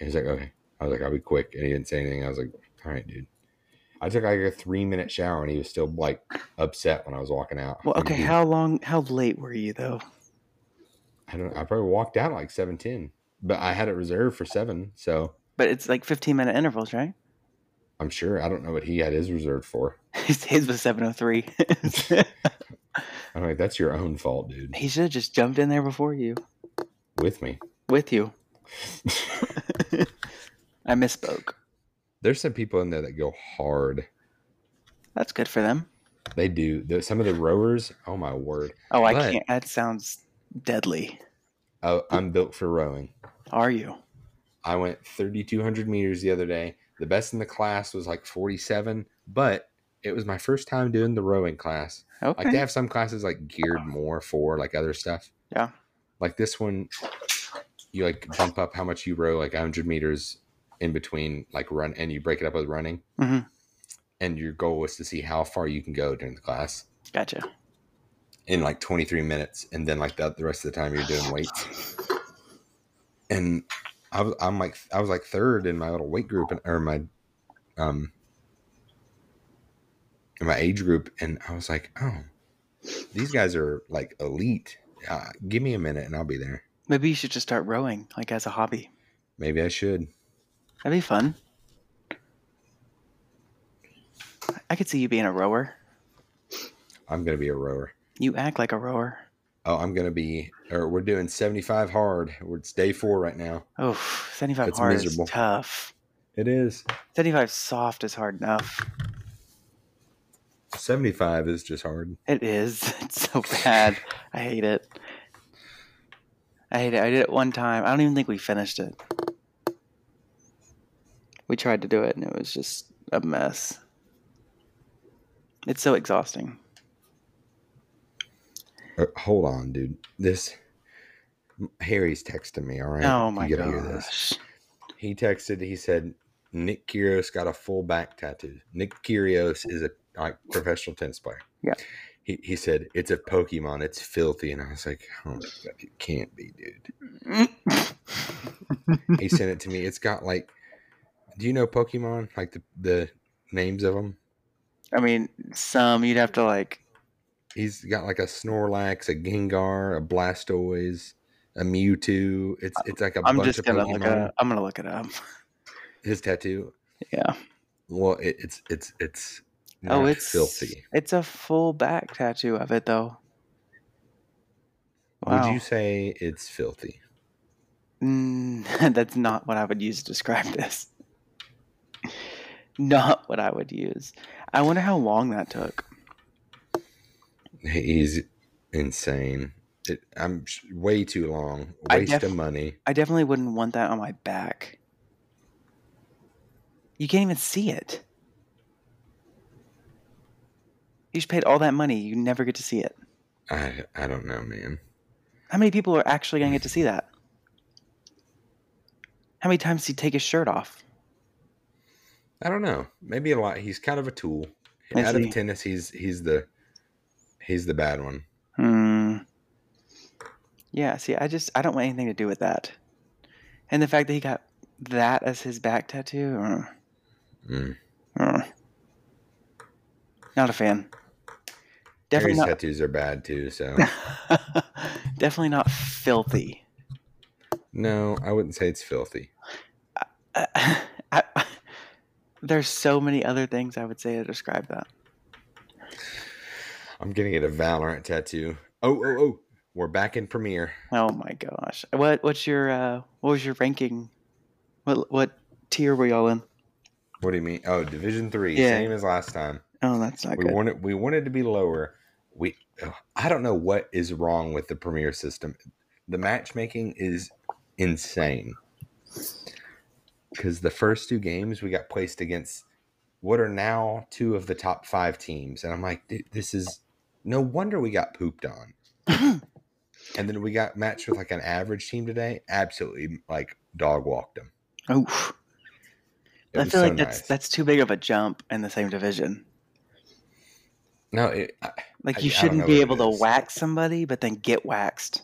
[SPEAKER 1] He was like, Okay. I was like, I'll be quick. And he didn't say anything. I was like, All right, dude. I took like a three minute shower and he was still like upset when I was walking out.
[SPEAKER 2] [LAUGHS] well,
[SPEAKER 1] I'm like,
[SPEAKER 2] okay.
[SPEAKER 1] "Dude,
[SPEAKER 2] How long? How late were you though?
[SPEAKER 1] I don't I probably walked out at like seven ten. But I had it reserved for seven, so
[SPEAKER 2] But it's like 15 minute intervals, right?
[SPEAKER 1] I'm sure I don't know what he had his reserved
[SPEAKER 2] [LAUGHS]
[SPEAKER 1] for.
[SPEAKER 2] His, his was 703.
[SPEAKER 1] I'm like, that's your own fault, dude.
[SPEAKER 2] [LAUGHS] he should have just jumped in there before you,
[SPEAKER 1] With me. [LAUGHS]
[SPEAKER 2] with you. I misspoke.
[SPEAKER 1] There's some people in there that go hard.
[SPEAKER 2] That's good for them.
[SPEAKER 1] They do. There- some of the rowers, oh my word.
[SPEAKER 2] Oh, I
[SPEAKER 1] But-
[SPEAKER 2] can't. That sounds deadly.
[SPEAKER 1] Oh, I'm built for rowing.
[SPEAKER 2] Are you?
[SPEAKER 1] I went 3,200 meters the other day. The best in the class was like 47, but it was my first time doing the rowing class.
[SPEAKER 2] Okay.
[SPEAKER 1] Like they have some classes like geared more for like other stuff.
[SPEAKER 2] Yeah.
[SPEAKER 1] Like this one, you like bump up how much you row, like 100 meters in between, like run, and you break it up with running.
[SPEAKER 2] Mhm.
[SPEAKER 1] And your goal was to see how far you can go during the class
[SPEAKER 2] Gotcha.
[SPEAKER 1] in like 23 minutes and then like the, the rest of the time you're doing weights and I was, i'm like i was like third in my little weight group and, or my um in my age group and i was like oh these guys are like elite uh, give me a minute and i'll be there
[SPEAKER 2] Maybe you should just start rowing, like as a hobby.
[SPEAKER 1] maybe i should
[SPEAKER 2] That'd be fun. I could see you being a rower.
[SPEAKER 1] i'm gonna be a rower
[SPEAKER 2] You act like a rower.
[SPEAKER 1] oh i'm gonna be or we're doing 75 hard We're- it's day four right now
[SPEAKER 2] Oh, 75
[SPEAKER 1] That's
[SPEAKER 2] hard
[SPEAKER 1] miserable.
[SPEAKER 2] is tough.
[SPEAKER 1] it is
[SPEAKER 2] 75 soft is hard enough.
[SPEAKER 1] 75 is just hard
[SPEAKER 2] It is. [LAUGHS] It's so bad. I hate it. I hate it. I did it one time. I don't even think we finished it. We tried to do it and it was just a mess. It's so exhausting.
[SPEAKER 1] Uh, hold on, dude. This Harry's texting me. All right.
[SPEAKER 2] Oh my
[SPEAKER 1] You gotta
[SPEAKER 2] gosh.
[SPEAKER 1] hear this. He texted. He said Nick Kyrgios got a full back tattoo. Nick Kyrgios is a like professional tennis player.
[SPEAKER 2] Yeah.
[SPEAKER 1] He, he said it's a Pokemon. It's filthy, and I was like, oh my God, it can't be, dude. he sent it to me. It's got like, do you know Pokemon? Like the the names of them.
[SPEAKER 2] [LAUGHS] I mean, some you'd have to like
[SPEAKER 1] He's got like a Snorlax, a Gengar, a Blastoise, a Mewtwo. It's it's like a
[SPEAKER 2] I'm
[SPEAKER 1] bunch
[SPEAKER 2] just
[SPEAKER 1] of
[SPEAKER 2] gonna uh,
[SPEAKER 1] Pokemon.
[SPEAKER 2] look it up. I'm gonna look it up.
[SPEAKER 1] His tattoo.
[SPEAKER 2] Yeah.
[SPEAKER 1] Well, it, it's it's it's.
[SPEAKER 2] oh,
[SPEAKER 1] not
[SPEAKER 2] it's
[SPEAKER 1] filthy.
[SPEAKER 2] It's a full back tattoo of it though.
[SPEAKER 1] Would
[SPEAKER 2] Wow.
[SPEAKER 1] you say it's filthy?
[SPEAKER 2] Mm, [LAUGHS] that's not what I would use to describe this. Not what I would use. I wonder how long that took.
[SPEAKER 1] He's insane. It, I'm sh- way too long.
[SPEAKER 2] I
[SPEAKER 1] Waste
[SPEAKER 2] def-
[SPEAKER 1] of money.
[SPEAKER 2] I definitely wouldn't want that on my back. You can't even see it. You just paid all that money. You never get to see it.
[SPEAKER 1] I I don't know, man.
[SPEAKER 2] How many people are actually going to get to see that? How many times does he take his shirt off?
[SPEAKER 1] I don't know. Maybe a lot. He's kind of a tool.
[SPEAKER 2] Is
[SPEAKER 1] Out
[SPEAKER 2] he?
[SPEAKER 1] of tennis, he's he's the he's the bad one.
[SPEAKER 2] Hmm. Yeah, see, I just I don't want anything to do with that. And the fact that he got that as his back tattoo, mm,
[SPEAKER 1] Mm.
[SPEAKER 2] mm. not a fan.
[SPEAKER 1] Harry's
[SPEAKER 2] Definitely not.
[SPEAKER 1] tattoos are bad too.
[SPEAKER 2] [LAUGHS]
[SPEAKER 1] So
[SPEAKER 2] definitely not filthy.
[SPEAKER 1] no, I wouldn't say it's filthy.
[SPEAKER 2] Uh, [LAUGHS] I, there's so many other things I would say to describe that.
[SPEAKER 1] I'm gonna get a Valorant tattoo. Oh, oh, oh! We're back in Premiere.
[SPEAKER 2] Oh my gosh. What what's your uh what was your ranking? What what tier were y'all in?
[SPEAKER 1] What do you mean? Oh, Division Three,
[SPEAKER 2] Yeah.
[SPEAKER 1] same as last time.
[SPEAKER 2] Oh, that's not
[SPEAKER 1] we
[SPEAKER 2] good.
[SPEAKER 1] wanted we wanted to be lower. We ugh, I don't know what is wrong with the Premiere system. The matchmaking is insane. Because the first two games we got placed against what are now two of the top five teams, and I'm like, "Dude, this is no wonder we got pooped
[SPEAKER 2] [LAUGHS]
[SPEAKER 1] on. and then we got matched with like an average team today. Absolutely, like dog walked them.
[SPEAKER 2] Oof.
[SPEAKER 1] It
[SPEAKER 2] I
[SPEAKER 1] was
[SPEAKER 2] feel
[SPEAKER 1] so
[SPEAKER 2] like that's
[SPEAKER 1] nice.
[SPEAKER 2] that's too big of a jump in the same division.
[SPEAKER 1] no. It, I- I-
[SPEAKER 2] Like
[SPEAKER 1] I
[SPEAKER 2] you
[SPEAKER 1] don't know
[SPEAKER 2] shouldn't be
[SPEAKER 1] what it
[SPEAKER 2] able to
[SPEAKER 1] is.
[SPEAKER 2] whack somebody but then get waxed.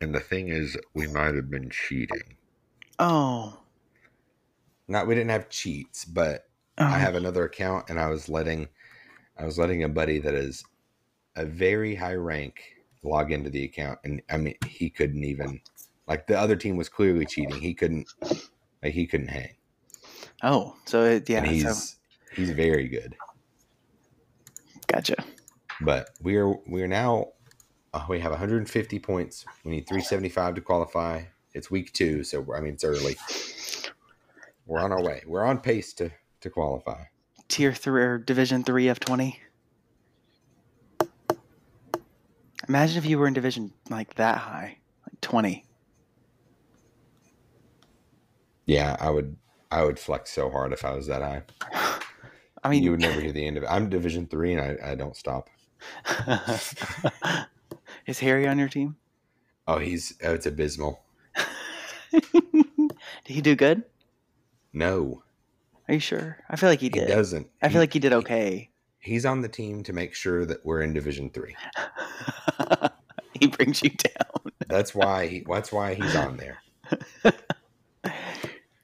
[SPEAKER 1] and the thing is, we might have been cheating.
[SPEAKER 2] Oh.
[SPEAKER 1] not we didn't have cheats, but
[SPEAKER 2] oh.
[SPEAKER 1] I have another account and I was letting I was letting a buddy that is a very high rank log into the account and I mean he couldn't even like the other team was clearly cheating. He couldn't like he couldn't hang.
[SPEAKER 2] Oh, so it, yeah,
[SPEAKER 1] and
[SPEAKER 2] so
[SPEAKER 1] he's he's very good.
[SPEAKER 2] gotcha.
[SPEAKER 1] But we are we are now uh, we have 150 points. We need 375 to qualify. It's week 2, so I mean it's early. We're on our way. We're on pace to to qualify.
[SPEAKER 2] Tier three or Division three F twenty. Imagine if you were in division like that high, like twenty.
[SPEAKER 1] Yeah, I would I would flex so hard if I was that high.
[SPEAKER 2] I mean,
[SPEAKER 1] you would never hear the end of it. I'm Division Three, and I, I don't stop.
[SPEAKER 2] [LAUGHS] is Harry on your team? [LAUGHS]
[SPEAKER 1] Oh, he's oh, it's abysmal.
[SPEAKER 2] did he do good?
[SPEAKER 1] No,
[SPEAKER 2] Are you sure? I feel like he
[SPEAKER 1] he
[SPEAKER 2] did.
[SPEAKER 1] doesn't.
[SPEAKER 2] I feel
[SPEAKER 1] He-
[SPEAKER 2] like he did okay. [LAUGHS]
[SPEAKER 1] he's on the team to make sure that we're in Division Three.
[SPEAKER 2] he brings you down.
[SPEAKER 1] That's why. He, that's why he's on there.
[SPEAKER 2] [LAUGHS]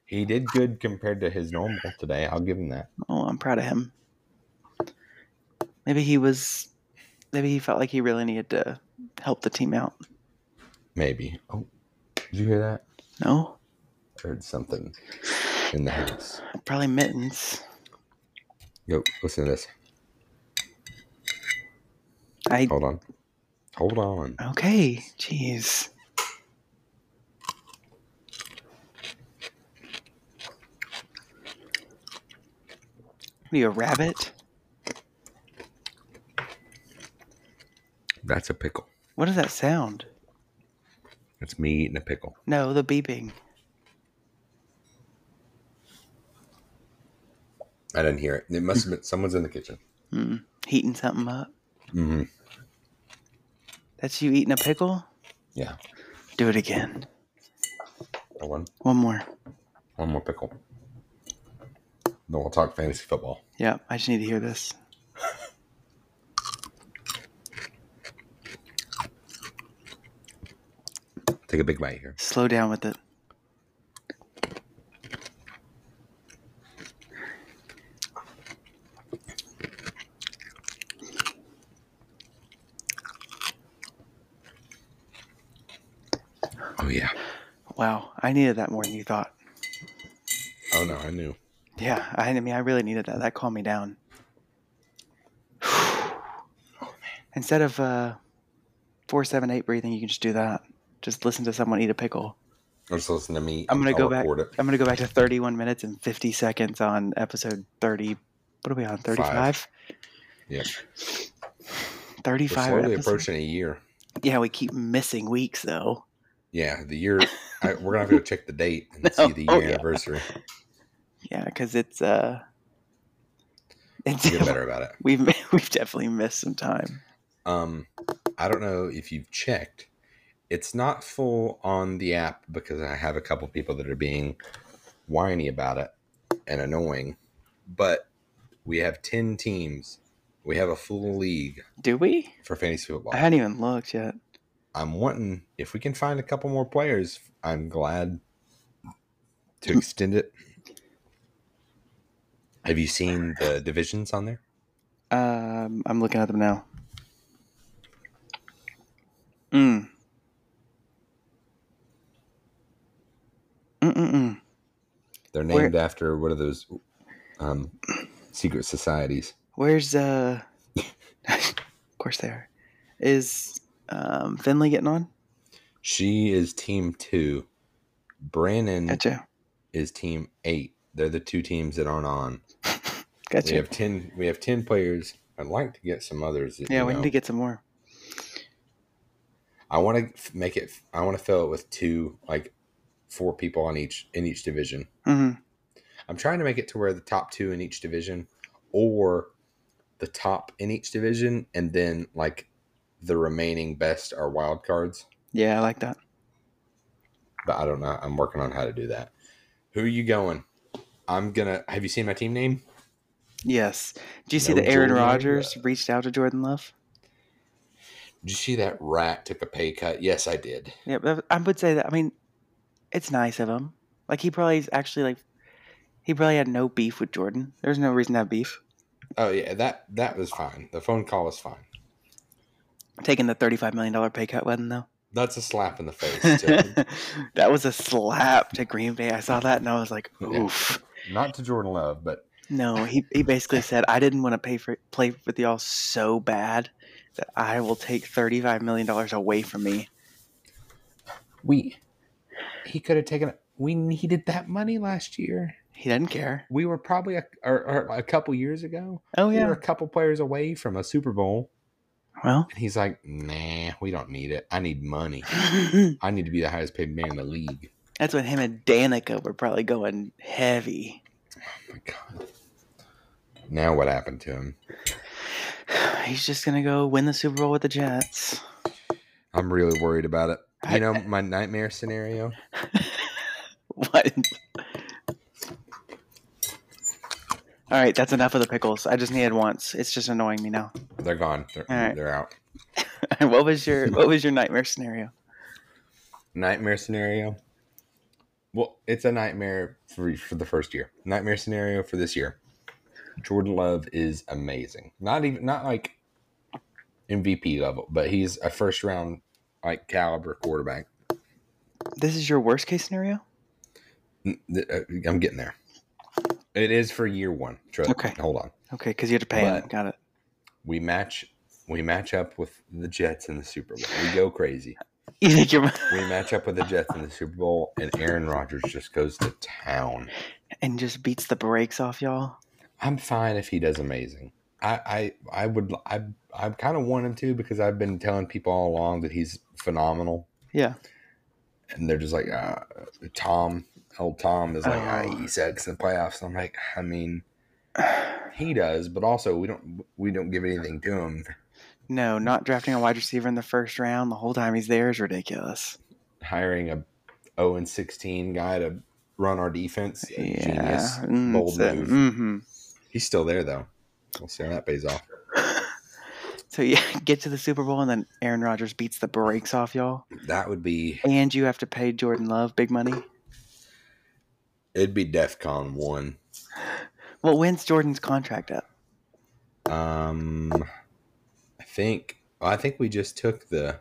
[SPEAKER 1] He did good compared to his normal today. I'll give him that.
[SPEAKER 2] Oh, I'm proud of him. Maybe he was. Maybe he felt like he really needed to help the team out.
[SPEAKER 1] Maybe. Oh, did you hear that?
[SPEAKER 2] No,
[SPEAKER 1] I heard something in the house.
[SPEAKER 2] probably mittens.
[SPEAKER 1] Yo, listen to this.
[SPEAKER 2] I
[SPEAKER 1] Hold on. Hold on.
[SPEAKER 2] okay. Jeez. What Are you a rabbit?
[SPEAKER 1] That's a pickle.
[SPEAKER 2] What does that sound?
[SPEAKER 1] That's me eating a pickle.
[SPEAKER 2] No, the beeping.
[SPEAKER 1] I didn't hear it. It must have been someone's in the kitchen.
[SPEAKER 2] Hmm. Heating something up.
[SPEAKER 1] Mm-hmm.
[SPEAKER 2] That's you eating a pickle?
[SPEAKER 1] Yeah.
[SPEAKER 2] Do it again.
[SPEAKER 1] One,
[SPEAKER 2] One more.
[SPEAKER 1] one more pickle. Then we'll talk fantasy football.
[SPEAKER 2] Yeah, I just need to hear this.
[SPEAKER 1] Take a big bite here.
[SPEAKER 2] Slow down with it.
[SPEAKER 1] Oh yeah.
[SPEAKER 2] Wow, I needed that more than you thought.
[SPEAKER 1] Oh no, I knew.
[SPEAKER 2] Yeah, I, I mean, I really needed that. That calmed me down. [SIGHS] Instead of uh, four, seven, eight breathing, you can just do that. Just listen to someone eat a pickle.
[SPEAKER 1] Or just listen to me.
[SPEAKER 2] I'm gonna
[SPEAKER 1] I'll
[SPEAKER 2] go back.
[SPEAKER 1] record it.
[SPEAKER 2] I'm gonna go back to 31 minutes and 50 seconds on episode 30. What are we on? 35.
[SPEAKER 1] Yep. We're
[SPEAKER 2] 35.
[SPEAKER 1] slowly
[SPEAKER 2] episodes?
[SPEAKER 1] approaching a year.
[SPEAKER 2] Yeah, we keep missing weeks though.
[SPEAKER 1] Yeah, the year. I, we're gonna have to go check the
[SPEAKER 2] [LAUGHS]
[SPEAKER 1] date and see the year
[SPEAKER 2] Oh, yeah. [LAUGHS]
[SPEAKER 1] anniversary.
[SPEAKER 2] Yeah, because it's uh, it's [LAUGHS]
[SPEAKER 1] Get better about it.
[SPEAKER 2] we've we've definitely missed some time.
[SPEAKER 1] Um, I don't know if you've checked. It's not full on the app because I have a couple people that are being whiny about it and annoying. But we have ten teams. We have a full league
[SPEAKER 2] Do we?
[SPEAKER 1] for fantasy football.
[SPEAKER 2] I hadn't even looked yet.
[SPEAKER 1] I'm wanting if we can find a couple more players. I'm glad to extend it. Have you seen the divisions on there?
[SPEAKER 2] Um, I'm looking at them now. Mm. Mm-mm-mm.
[SPEAKER 1] They're
[SPEAKER 2] Where-
[SPEAKER 1] named after what are those um, secret societies?
[SPEAKER 2] Where's uh? [LAUGHS] of course they are. Is um Finley getting on?
[SPEAKER 1] She is team two. Brandon
[SPEAKER 2] Gotcha.
[SPEAKER 1] is team eight. They're the two teams that aren't on.
[SPEAKER 2] Gotcha.
[SPEAKER 1] We have ten. We have ten players. I'd like to get some others. that,
[SPEAKER 2] yeah,
[SPEAKER 1] you
[SPEAKER 2] we
[SPEAKER 1] know.
[SPEAKER 2] need to get some more.
[SPEAKER 1] I want to make it. I want to fill it with two, like four people on each in each division.
[SPEAKER 2] hmm
[SPEAKER 1] I'm trying to make it to where the top two in each division, or the top in each division, and then like the remaining best are wild cards.
[SPEAKER 2] Yeah, I like that.
[SPEAKER 1] But I don't know. I'm working on how to do that. Who are you going? I'm gonna. Have you seen my team name?
[SPEAKER 2] Yes. Do you see
[SPEAKER 1] No
[SPEAKER 2] that Aaron
[SPEAKER 1] Jordan
[SPEAKER 2] Rodgers reached out to Jordan Love?
[SPEAKER 1] Did you see that rat took a pay cut? Yes, I did.
[SPEAKER 2] Yeah, but I would say that. I mean, it's nice of him. Like he probably is actually like he probably had no beef with Jordan. There's no reason to have beef.
[SPEAKER 1] Oh yeah, that that was fine. The phone call was fine.
[SPEAKER 2] Taking the thirty-five million dollar pay cut wasn't though.
[SPEAKER 1] That's a slap in the face.
[SPEAKER 2] [LAUGHS]
[SPEAKER 1] To,
[SPEAKER 2] that was a slap to Green Bay. I saw that and I was like,
[SPEAKER 1] Yeah.
[SPEAKER 2] oof.
[SPEAKER 1] not to Jordan Love, but
[SPEAKER 2] No, he he basically said I didn't want to pay for play with y'all so bad that I will take thirty-five million dollars away from me.
[SPEAKER 1] we he could have taken. We needed that money last year.
[SPEAKER 2] He doesn't care.
[SPEAKER 1] We were probably a, or, or a couple years ago.
[SPEAKER 2] Oh
[SPEAKER 1] We were
[SPEAKER 2] yeah.
[SPEAKER 1] a couple players away from a Super Bowl,
[SPEAKER 2] Well,
[SPEAKER 1] and he's like, "Nah, we don't need it. I need money. I need to be the highest paid man in the league."
[SPEAKER 2] [LAUGHS] that's when him and Danica were probably going heavy.
[SPEAKER 1] Oh my god. Now what happened to him?
[SPEAKER 2] He's just gonna go win the Super Bowl with the Jets. [LAUGHS]
[SPEAKER 1] I'm really worried about it.
[SPEAKER 2] I-
[SPEAKER 1] You know, my nightmare scenario.
[SPEAKER 2] What? All right, that's enough of the pickles. I just needed once. It's just annoying me now. [LAUGHS]
[SPEAKER 1] They're gone. They're,
[SPEAKER 2] All right.
[SPEAKER 1] they're out.
[SPEAKER 2] what was your What was your nightmare scenario?
[SPEAKER 1] Nightmare scenario. Well, it's a nightmare for, for the first year. Nightmare scenario for this year. Jordan Love is amazing. Not even not like MVP level, but he's a first round like caliber quarterback.
[SPEAKER 2] This is your worst case scenario.
[SPEAKER 1] N- th- uh, I'm getting there. It is for year one. Trust.
[SPEAKER 2] Okay.
[SPEAKER 1] Hold on.
[SPEAKER 2] Okay, because you had to pay him.
[SPEAKER 1] But-
[SPEAKER 2] Got it. [LAUGHS]
[SPEAKER 1] We match. We match up with the Jets in the Super Bowl. We go crazy.
[SPEAKER 2] You think you're, [LAUGHS]
[SPEAKER 1] We match up with the Jets in the Super Bowl, and Aaron Rodgers just goes to town.
[SPEAKER 2] and just beats the brakes off y'all. [SIGHS]
[SPEAKER 1] I'm fine if he does amazing. I I, I would I I kind of want him to because I've been telling people all along that he's phenomenal,
[SPEAKER 2] Yeah.
[SPEAKER 1] and they're just like uh, Tom, old Tom is like ah,
[SPEAKER 2] Oh.
[SPEAKER 1] he sucks in the playoffs. And I'm like, I mean, he does, but also we don't we don't give anything to him.
[SPEAKER 2] No, not drafting a wide receiver in the first round the whole time he's there is ridiculous.
[SPEAKER 1] Hiring a 0 and 16 guy to run our defense, genius.
[SPEAKER 2] Yeah. Mm,
[SPEAKER 1] Bold
[SPEAKER 2] so,
[SPEAKER 1] move.
[SPEAKER 2] hmm
[SPEAKER 1] He's still there though. We'll see how that pays off.
[SPEAKER 2] So yeah, [LAUGHS] get to the Super Bowl and then Aaron Rodgers beats the brakes off y'all,
[SPEAKER 1] That would be
[SPEAKER 2] and you have to pay Jordan Love big money.
[SPEAKER 1] it'd be DefCon one.
[SPEAKER 2] Well, when's Jordan's contract up?
[SPEAKER 1] Um, I think I think we just took the.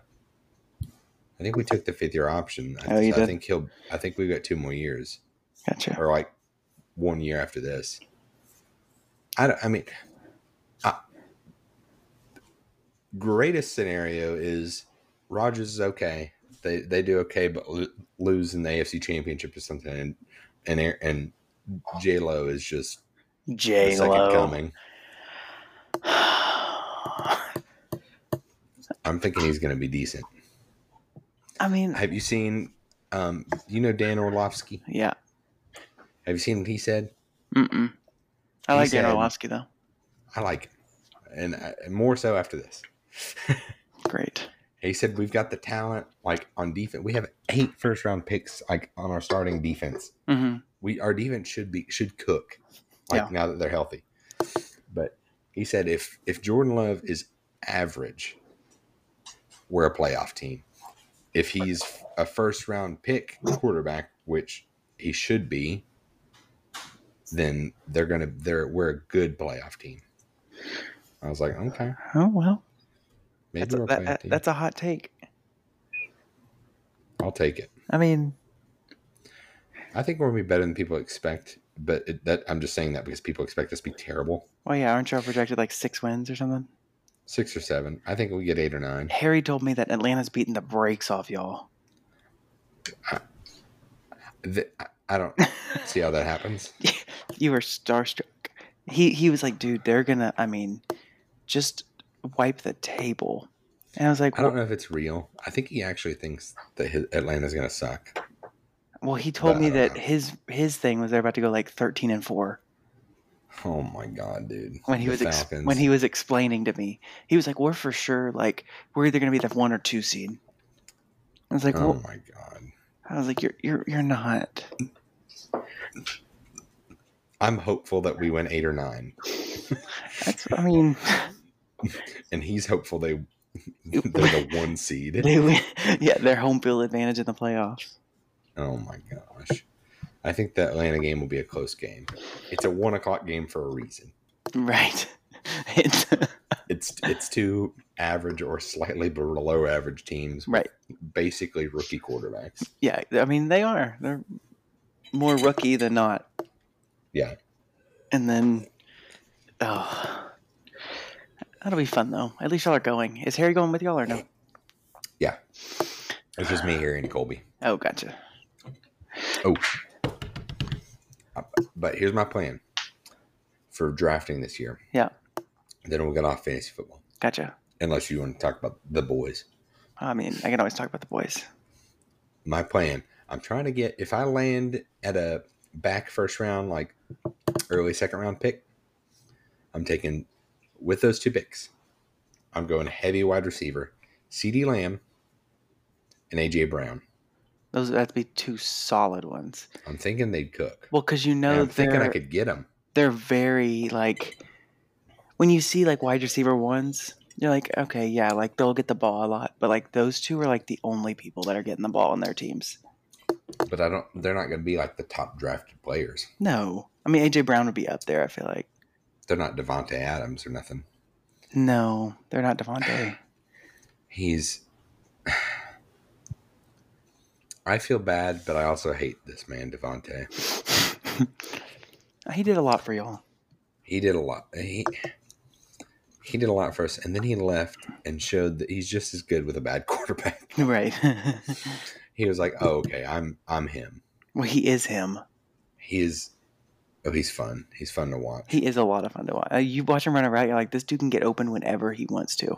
[SPEAKER 1] I think we took the fifth year option. I,
[SPEAKER 2] Oh, you
[SPEAKER 1] so I
[SPEAKER 2] did?
[SPEAKER 1] think he'll. I think we've got two more years,
[SPEAKER 2] Gotcha.
[SPEAKER 1] or like one year after this. I don't. I mean, I, greatest scenario is Rogers is okay. They they do okay, but lo- lose in the AFC Championship or something, and and Aar- and J Lo is just the
[SPEAKER 2] J
[SPEAKER 1] second
[SPEAKER 2] Lo.
[SPEAKER 1] coming. I'm thinking he's going to be decent.
[SPEAKER 2] [SIGHS] I mean,
[SPEAKER 1] Have you seen, um, you know, Dan Orlovsky?
[SPEAKER 2] yeah.
[SPEAKER 1] Have you seen what he said?
[SPEAKER 2] Mm-mm. I
[SPEAKER 1] He
[SPEAKER 2] like Dan
[SPEAKER 1] said-
[SPEAKER 2] Orlovsky though.
[SPEAKER 1] I like him. And I, and more so after this. [LAUGHS]
[SPEAKER 2] Great.
[SPEAKER 1] He said, We've got the talent, like on defense. We have eight first round picks, like on our starting defense.
[SPEAKER 2] hmm
[SPEAKER 1] We, our defense should be, should cook, like
[SPEAKER 2] Yeah.
[SPEAKER 1] now that they're healthy. But he said, if, if Jordan Love is average, we're a playoff team. If he's a first round pick quarterback, which he should be, then they're gonna they're we're a good playoff team. I was like, okay,
[SPEAKER 2] Oh well,
[SPEAKER 1] maybe
[SPEAKER 2] that's a,
[SPEAKER 1] we're a
[SPEAKER 2] that,
[SPEAKER 1] playoff
[SPEAKER 2] that-
[SPEAKER 1] team.
[SPEAKER 2] that's a hot take.
[SPEAKER 1] I'll take it.
[SPEAKER 2] I mean,
[SPEAKER 1] I think we're gonna be better than people expect, but it, that I'm just saying that because people expect us to be terrible.
[SPEAKER 2] well, yeah. Aren't y'all projected like six wins or something?
[SPEAKER 1] Six or seven. I think we get eight or nine.
[SPEAKER 2] Harry told me that Atlanta's beating the brakes off y'all. [LAUGHS]
[SPEAKER 1] Th- I- I
[SPEAKER 2] [LAUGHS]
[SPEAKER 1] don't see how that happens.
[SPEAKER 2] you were starstruck. He he was like, dude, they're gonna. I mean, just wipe the table. And I was like,
[SPEAKER 1] I don't know if it's real. I think he actually thinks that his, Atlanta's gonna suck.
[SPEAKER 2] well, he told
[SPEAKER 1] but I
[SPEAKER 2] me
[SPEAKER 1] don't
[SPEAKER 2] that
[SPEAKER 1] know.
[SPEAKER 2] his his thing was they're about to go like thirteen and four
[SPEAKER 1] Oh my god, dude!
[SPEAKER 2] when he
[SPEAKER 1] The
[SPEAKER 2] was ex-
[SPEAKER 1] Falcons.
[SPEAKER 2] when he was explaining to me. He was like, we're for sure like we're either gonna be the one or two seed. I was like,
[SPEAKER 1] oh
[SPEAKER 2] well,
[SPEAKER 1] my god.
[SPEAKER 2] I was like, you're you're you're not.
[SPEAKER 1] I'm hopeful that we win eight or nine,
[SPEAKER 2] That's I mean, [LAUGHS]
[SPEAKER 1] and he's hopeful they [LAUGHS] they're the one seed.
[SPEAKER 2] they win. [LAUGHS] yeah, their home field advantage in the playoffs.
[SPEAKER 1] Oh my gosh! I think the Atlanta game will be a close game. It's a one o'clock game for a reason.
[SPEAKER 2] Right. [LAUGHS] It's,
[SPEAKER 1] It's it's two average or slightly below average teams, with
[SPEAKER 2] right.
[SPEAKER 1] Basically rookie quarterbacks.
[SPEAKER 2] Yeah, I mean they are. They're more rookie than not.
[SPEAKER 1] Yeah.
[SPEAKER 2] And then, oh, that'll be fun though. At least y'all are going. Is Harry going with y'all or no?
[SPEAKER 1] It's just me here and Colby.
[SPEAKER 2] Oh, gotcha.
[SPEAKER 1] Oh, I, But here's my plan for drafting this year.
[SPEAKER 2] Yeah.
[SPEAKER 1] Then we'll get off fantasy football,
[SPEAKER 2] Gotcha.
[SPEAKER 1] unless you want to talk about the boys.
[SPEAKER 2] I mean, I can always talk about the boys.
[SPEAKER 1] My plan. I'm trying to get if I land at a back first round, like early second round pick, I'm taking with those two picks. I'm going heavy wide receiver, C.D. Lamb, and A.J. Brown.
[SPEAKER 2] Those would have to be two solid ones.
[SPEAKER 1] I'm thinking they'd cook.
[SPEAKER 2] Well, because you
[SPEAKER 1] And
[SPEAKER 2] know
[SPEAKER 1] I'm thinking I
[SPEAKER 2] they're
[SPEAKER 1] could get them.
[SPEAKER 2] they're very like when you see like wide receiver ones, you're like, okay, yeah, like they'll get the ball a lot, but like those two are like the only people that are getting the ball on their teams.
[SPEAKER 1] but I don't. They're not going to be like the top drafted players.
[SPEAKER 2] No, I mean AJ Brown would be up there. I feel like
[SPEAKER 1] They're not Devonte Adams or nothing.
[SPEAKER 2] no, they're not Devontae.
[SPEAKER 1] He's. [SIGHS] I feel bad, but I also hate this man, Devonte.
[SPEAKER 2] he did a lot for y'all. [LAUGHS]
[SPEAKER 1] He did a lot. He he did a lot for us, and then he left and showed that he's just as good with a bad [LAUGHS] quarterback.
[SPEAKER 2] Right. [LAUGHS]
[SPEAKER 1] He was like, "Oh, okay, I'm I'm him.
[SPEAKER 2] well, he is him.
[SPEAKER 1] He is. Oh, he's fun. He's fun to watch.
[SPEAKER 2] He is a lot of fun to watch. Uh, you watch him run around, you're like, this dude can get open whenever he wants to.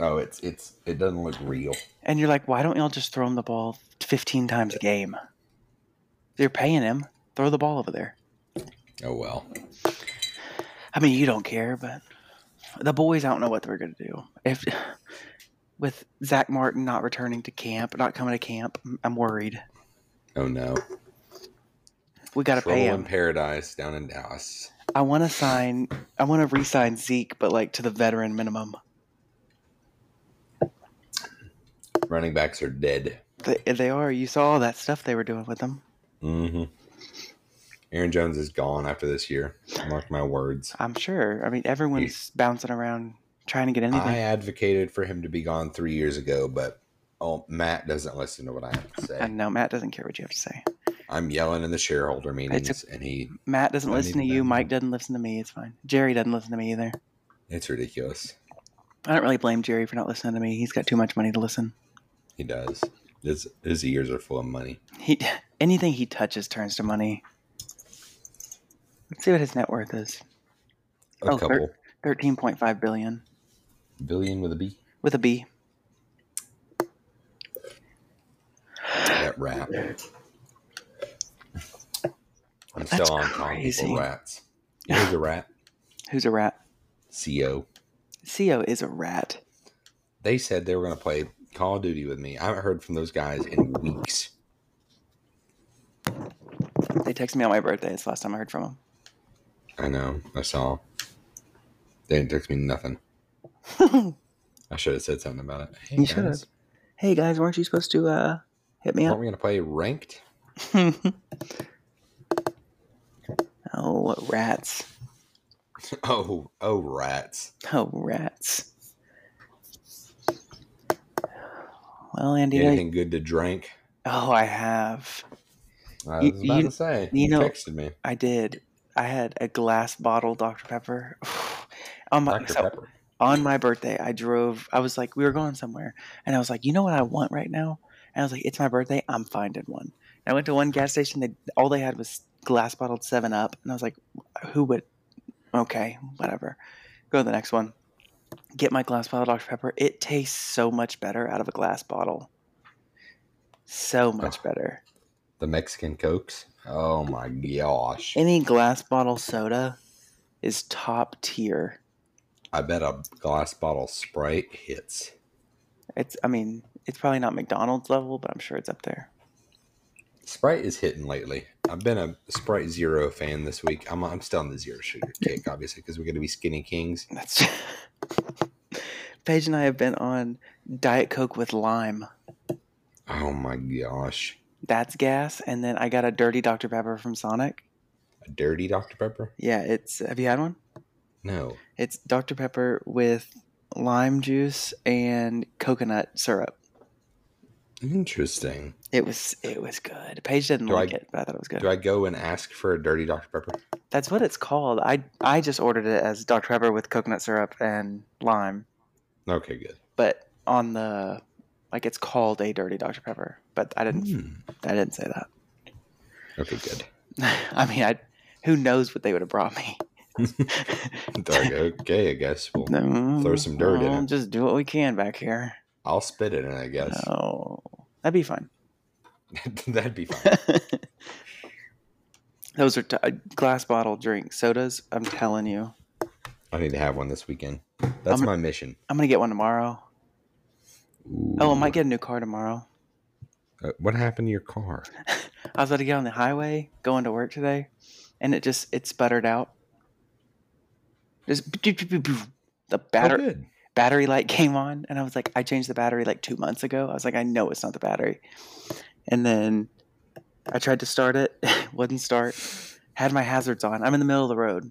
[SPEAKER 1] Oh, it's it's it doesn't look real.
[SPEAKER 2] And you're like, why don't y'all just throw him the ball 15 times a game? They're paying him. Throw the ball over there.
[SPEAKER 1] Oh well.
[SPEAKER 2] I mean, you don't care, but the boys, I don't know what they're going to do. If [SIGHS] with Zach Martin not returning to camp, not coming to camp, I'm worried.
[SPEAKER 1] Oh no.
[SPEAKER 2] We got to
[SPEAKER 1] Troll
[SPEAKER 2] pay
[SPEAKER 1] in
[SPEAKER 2] him.
[SPEAKER 1] paradise down in Dallas.
[SPEAKER 2] I want to sign. I want to re-sign Zeke, but like to the veteran minimum.
[SPEAKER 1] running backs are dead.
[SPEAKER 2] They, they are. You saw all that stuff they were doing with them.
[SPEAKER 1] Mm-hmm. Aaron Jones is gone after this year. Mark my words.
[SPEAKER 2] I'm sure. I mean, everyone's bouncing around trying to get anything.
[SPEAKER 1] I advocated for him to be gone three years ago, but oh, Matt doesn't listen to what I have to
[SPEAKER 2] I
[SPEAKER 1] say.
[SPEAKER 2] know Matt doesn't care what you have to say.
[SPEAKER 1] I'm yelling in the shareholder meetings, and he
[SPEAKER 2] Matt doesn't
[SPEAKER 1] I
[SPEAKER 2] listen to
[SPEAKER 1] need
[SPEAKER 2] you.
[SPEAKER 1] that.
[SPEAKER 2] Mike doesn't listen to me. It's fine. Jerry doesn't listen to me either.
[SPEAKER 1] it's ridiculous.
[SPEAKER 2] I don't really blame Jerry for not listening to me. He's got too much money to listen.
[SPEAKER 1] He does. His, his ears are full of money.
[SPEAKER 2] He [LAUGHS] anything he touches turns to money. Let's see what his net worth is.
[SPEAKER 1] A
[SPEAKER 2] Oh,
[SPEAKER 1] couple
[SPEAKER 2] thir- Thirteen point five billion
[SPEAKER 1] billion with a B.
[SPEAKER 2] with a B.
[SPEAKER 1] That rat. I'm
[SPEAKER 2] That's
[SPEAKER 1] still on calling
[SPEAKER 2] crazy.
[SPEAKER 1] people rats. You know who's a rat? E
[SPEAKER 2] Who's a rat?
[SPEAKER 1] CO.
[SPEAKER 2] Co is a rat.
[SPEAKER 1] they said they were going to play Call of Duty with me. I haven't heard from those guys in weeks.
[SPEAKER 2] They texted me on my birthday. It's the last time I heard from them.
[SPEAKER 1] I know. I saw. They didn't text me
[SPEAKER 2] [LAUGHS]
[SPEAKER 1] nothing. I should have said something about it. Hey,
[SPEAKER 2] You should
[SPEAKER 1] guys,
[SPEAKER 2] hey guys, weren't you supposed to uh, hit me
[SPEAKER 1] weren't
[SPEAKER 2] up?
[SPEAKER 1] we going to play ranked?
[SPEAKER 2] [LAUGHS]
[SPEAKER 1] [LAUGHS]
[SPEAKER 2] oh rats!
[SPEAKER 1] Oh, oh, rats.
[SPEAKER 2] Oh rats! Well, Andy, I-
[SPEAKER 1] Anything good to drink?
[SPEAKER 2] oh, I have.
[SPEAKER 1] I
[SPEAKER 2] You-
[SPEAKER 1] was about
[SPEAKER 2] you-
[SPEAKER 1] to say.
[SPEAKER 2] you know-
[SPEAKER 1] texted me.
[SPEAKER 2] I did. I had a glass bottle Dr Pepper. [SIGHS] on my
[SPEAKER 1] Dr.
[SPEAKER 2] so,
[SPEAKER 1] Pepper.
[SPEAKER 2] on my birthday, I drove. I was like, we were going somewhere, and I was like, you know what I want right now? And I was like, it's my birthday. I'm finding one. And I went to one gas station. They all they had was glass bottled Seven Up, and I was like, who would? Okay, whatever. Go to the next one. Get my glass bottle Dr Pepper. It tastes so much better out of a glass bottle. So much better.
[SPEAKER 1] The Mexican Cokes. Oh, my gosh.
[SPEAKER 2] Any glass bottle soda is top tier.
[SPEAKER 1] I bet a glass bottle Sprite hits.
[SPEAKER 2] It's. I mean, it's probably not McDonald's level, but I'm sure it's up there.
[SPEAKER 1] Sprite is hitting lately. I've been a Sprite Zero fan this week. I'm, I'm still on the zero sugar kick, obviously, because we're going to be skinny kings.
[SPEAKER 2] That's [LAUGHS] Paige and I have been on Diet Coke with lime.
[SPEAKER 1] Oh my gosh.
[SPEAKER 2] That's gas. And then I got a dirty Dr. Pepper from Sonic.
[SPEAKER 1] A dirty Dr. Pepper?
[SPEAKER 2] Yeah, it's have you had one?
[SPEAKER 1] No.
[SPEAKER 2] It's Dr. Pepper with lime juice and coconut syrup.
[SPEAKER 1] Interesting.
[SPEAKER 2] It was it was good. Paige didn't
[SPEAKER 1] Do I-
[SPEAKER 2] like it, but I thought it was good.
[SPEAKER 1] Do I go and ask for a dirty Dr. Pepper?
[SPEAKER 2] That's what it's called. I I just ordered it as Dr. Pepper with coconut syrup and lime,
[SPEAKER 1] Okay, good.
[SPEAKER 2] but on the like it's called a dirty Dr. Pepper, but I didn't
[SPEAKER 1] Hmm.
[SPEAKER 2] I didn't say that.
[SPEAKER 1] Okay, good.
[SPEAKER 2] [SIGHS] I mean, I Who knows what they would have brought me?
[SPEAKER 1] They're like, okay, I guess we'll Throw some dirt in
[SPEAKER 2] We'll
[SPEAKER 1] it.
[SPEAKER 2] Just do what we can back here.
[SPEAKER 1] I'll spit in it, I guess.
[SPEAKER 2] Oh, that'd be fun.
[SPEAKER 1] [LAUGHS]
[SPEAKER 2] [LAUGHS]
[SPEAKER 1] That'd be fine.
[SPEAKER 2] Those are t- uh, glass bottle drink sodas. I'm telling you,
[SPEAKER 1] I need to have one this weekend. That's
[SPEAKER 2] I'm-
[SPEAKER 1] my mission.
[SPEAKER 2] I'm gonna get one tomorrow. Oh, I might get a new car tomorrow.
[SPEAKER 1] Ooh. Uh, What happened to your car? Oh,
[SPEAKER 2] I was about to get on the highway going to work today, and it just it sputtered out. Just the
[SPEAKER 1] Oh,
[SPEAKER 2] battery
[SPEAKER 1] good.
[SPEAKER 2] battery light [LAUGHS] came on, and I was like, I changed the battery like two months ago. I was like, I know it's not the battery. And then I tried to start it, [LAUGHS] wouldn't start. Had my hazards on. I'm in the middle of the road.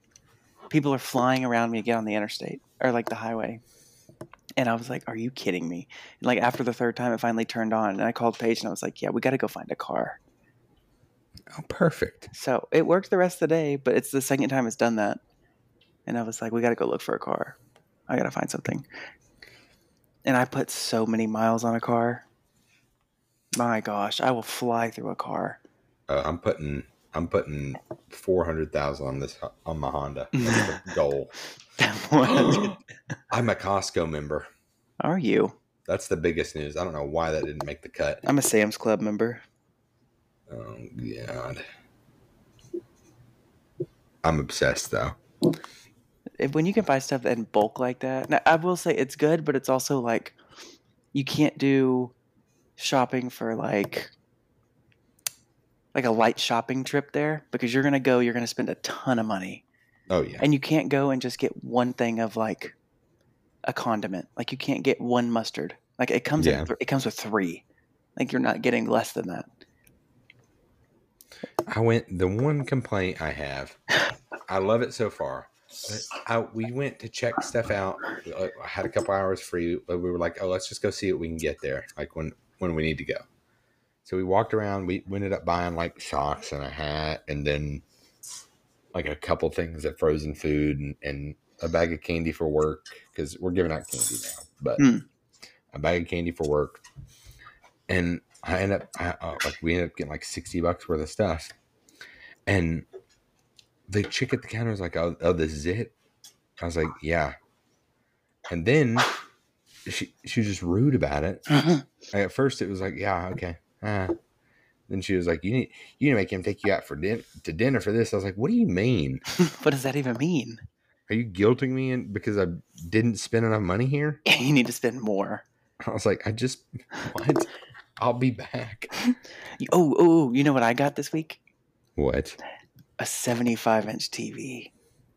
[SPEAKER 2] People are flying around me to get on the interstate or like the highway. And I was like, Are you kidding me? And like after the third time, it finally turned on. And I called Paige and I was like, Yeah, we got to go find a car.
[SPEAKER 1] Oh, perfect.
[SPEAKER 2] So it worked the rest of the day, but it's the second time it's done that. And I was like, we got to go look for a car. I got to find something. And I put so many miles on a car. My gosh, I will fly through a car. [LAUGHS]
[SPEAKER 1] Uh, I'm putting I'm putting four hundred thousand on this on my Honda. That's the goal. [GASPS] I'm a Costco member.
[SPEAKER 2] Are you?
[SPEAKER 1] That's the biggest news. I don't know why that didn't make the cut.
[SPEAKER 2] I'm a Sam's Club member.
[SPEAKER 1] Oh god. I'm obsessed though.
[SPEAKER 2] If- When you can buy stuff in bulk like that, now I will say it's good, but it's also like you can't do shopping for like like a light shopping trip there because you're gonna go, you're gonna spend a ton of money.
[SPEAKER 1] Oh yeah.
[SPEAKER 2] and you can't go and just get one thing of like a condiment. Like you can't get one mustard. Like it comes
[SPEAKER 1] Yeah.
[SPEAKER 2] in th- it comes with three. Like you're not getting less than that.
[SPEAKER 1] I went. The one complaint I have, I love it so far. but I, we went to check stuff out. uh, I had a couple hours free. but We were like, oh, let's just go see what we can get there. Like when when we need to go. So we walked around. We, we ended up buying like socks and a hat, and then like a couple things of frozen food and, and a bag of candy for work because we're giving out candy now. But
[SPEAKER 2] Hmm.
[SPEAKER 1] a bag of candy for work, and I end up I, uh, like we ended up getting like sixty bucks worth of stuff, and the chick at the counter was like, "Oh, oh this is it." I was like, "Yeah," and then she she was just rude about it. Like, at first, it was like, "Yeah, okay." Uh. Then she was like, "You need you need to make him take you out for din- to dinner for this." I was like, "What do you mean?
[SPEAKER 2] what does that even mean? [LAUGHS]
[SPEAKER 1] Are you guilting me in because I didn't spend enough money here?" [LAUGHS]
[SPEAKER 2] you need to spend more.
[SPEAKER 1] I was like, "I just [LAUGHS] what? I'll be back."
[SPEAKER 2] You- Oh, oh, oh, you know what I got this week?
[SPEAKER 1] What?
[SPEAKER 2] A 75 inch TV,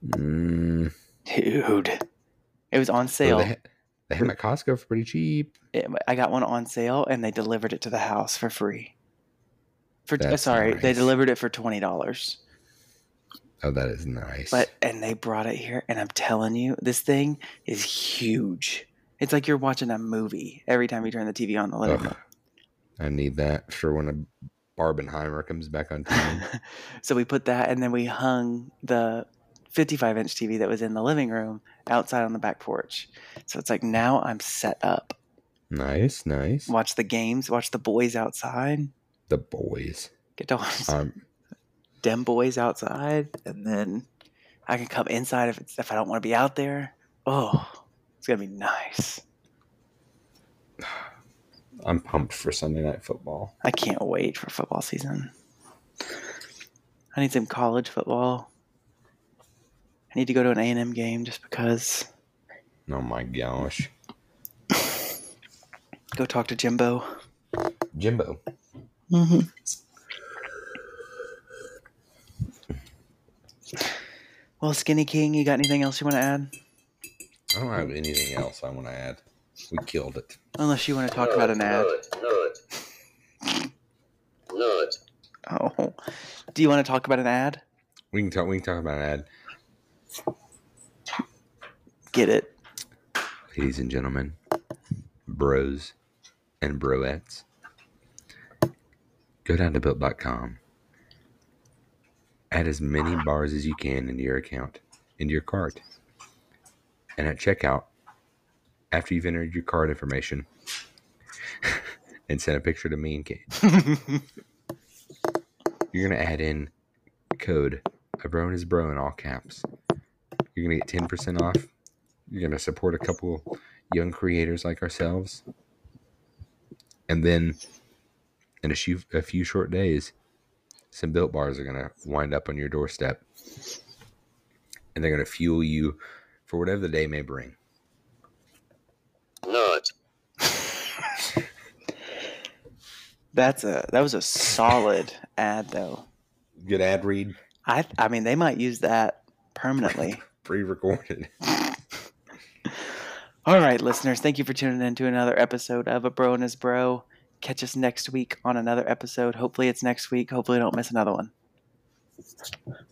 [SPEAKER 1] Mm,
[SPEAKER 2] dude. It was on
[SPEAKER 1] well,
[SPEAKER 2] sale.
[SPEAKER 1] they, had- they had them at Costco for pretty cheap.
[SPEAKER 2] It- I got one on sale, and they delivered it to the house for free. For
[SPEAKER 1] That's
[SPEAKER 2] sorry, they
[SPEAKER 1] nice.
[SPEAKER 2] delivered it for twenty dollars.
[SPEAKER 1] Oh, that is nice.
[SPEAKER 2] But and they brought it here, and I'm telling you, this thing is huge. It's like you're watching a movie every time you turn the TV on the living
[SPEAKER 1] Ugh, I need that for when a Barbenheimer comes back on
[SPEAKER 2] room. [LAUGHS]
[SPEAKER 1] time.
[SPEAKER 2] so we put that, and then we hung the 55 inch TV that was in the living room outside on the back porch. So it's like now I'm set up.
[SPEAKER 1] nice, nice.
[SPEAKER 2] Watch the games, watch the boys outside,
[SPEAKER 1] The boys.
[SPEAKER 2] get to watch
[SPEAKER 1] Um,
[SPEAKER 2] dem boys outside, and then I can come inside if it's if I don't want to be out there. Oh, it's gonna be nice.
[SPEAKER 1] I'm pumped for Sunday night football.
[SPEAKER 2] I can't wait for football season. I need some college football. I need to go to an A&M game just because.
[SPEAKER 1] Oh my gosh,
[SPEAKER 2] Go talk to Jimbo.
[SPEAKER 1] Jimbo.
[SPEAKER 2] Mm-hmm. Well, Skinny King, you got anything else you want to add?
[SPEAKER 1] I don't have anything else I want to add. We killed it.
[SPEAKER 2] Unless you want to talk about an ad.
[SPEAKER 3] Nerd. Nerd.
[SPEAKER 2] Oh, do you want to talk about an ad?
[SPEAKER 1] We can talk. We can talk about an ad,
[SPEAKER 2] Get it?
[SPEAKER 1] ladies and gentlemen, bros, and broettes. Go down to built.com. Add as many bars as you can into your account, into your cart, and at checkout, after you've entered your card information, [LAUGHS] and send a picture to me and Kate. you're gonna add in code Cabron is bro in all caps. You're gonna get ten percent off. You're gonna support a couple young creators like ourselves, and then in a few a few short days, some built bars are gonna wind up on your doorstep, and they're gonna fuel you for whatever the day may bring.
[SPEAKER 3] Nerd.
[SPEAKER 2] [LAUGHS] That's a that was a solid ad though.
[SPEAKER 1] Good ad read,
[SPEAKER 2] I I mean they might use that permanently.
[SPEAKER 1] pre-recorded.
[SPEAKER 2] All right, listeners, thank you for tuning in to another episode of A Bro and His Bro. Catch us next week on another episode. Hopefully it's next week. Hopefully I don't miss another one.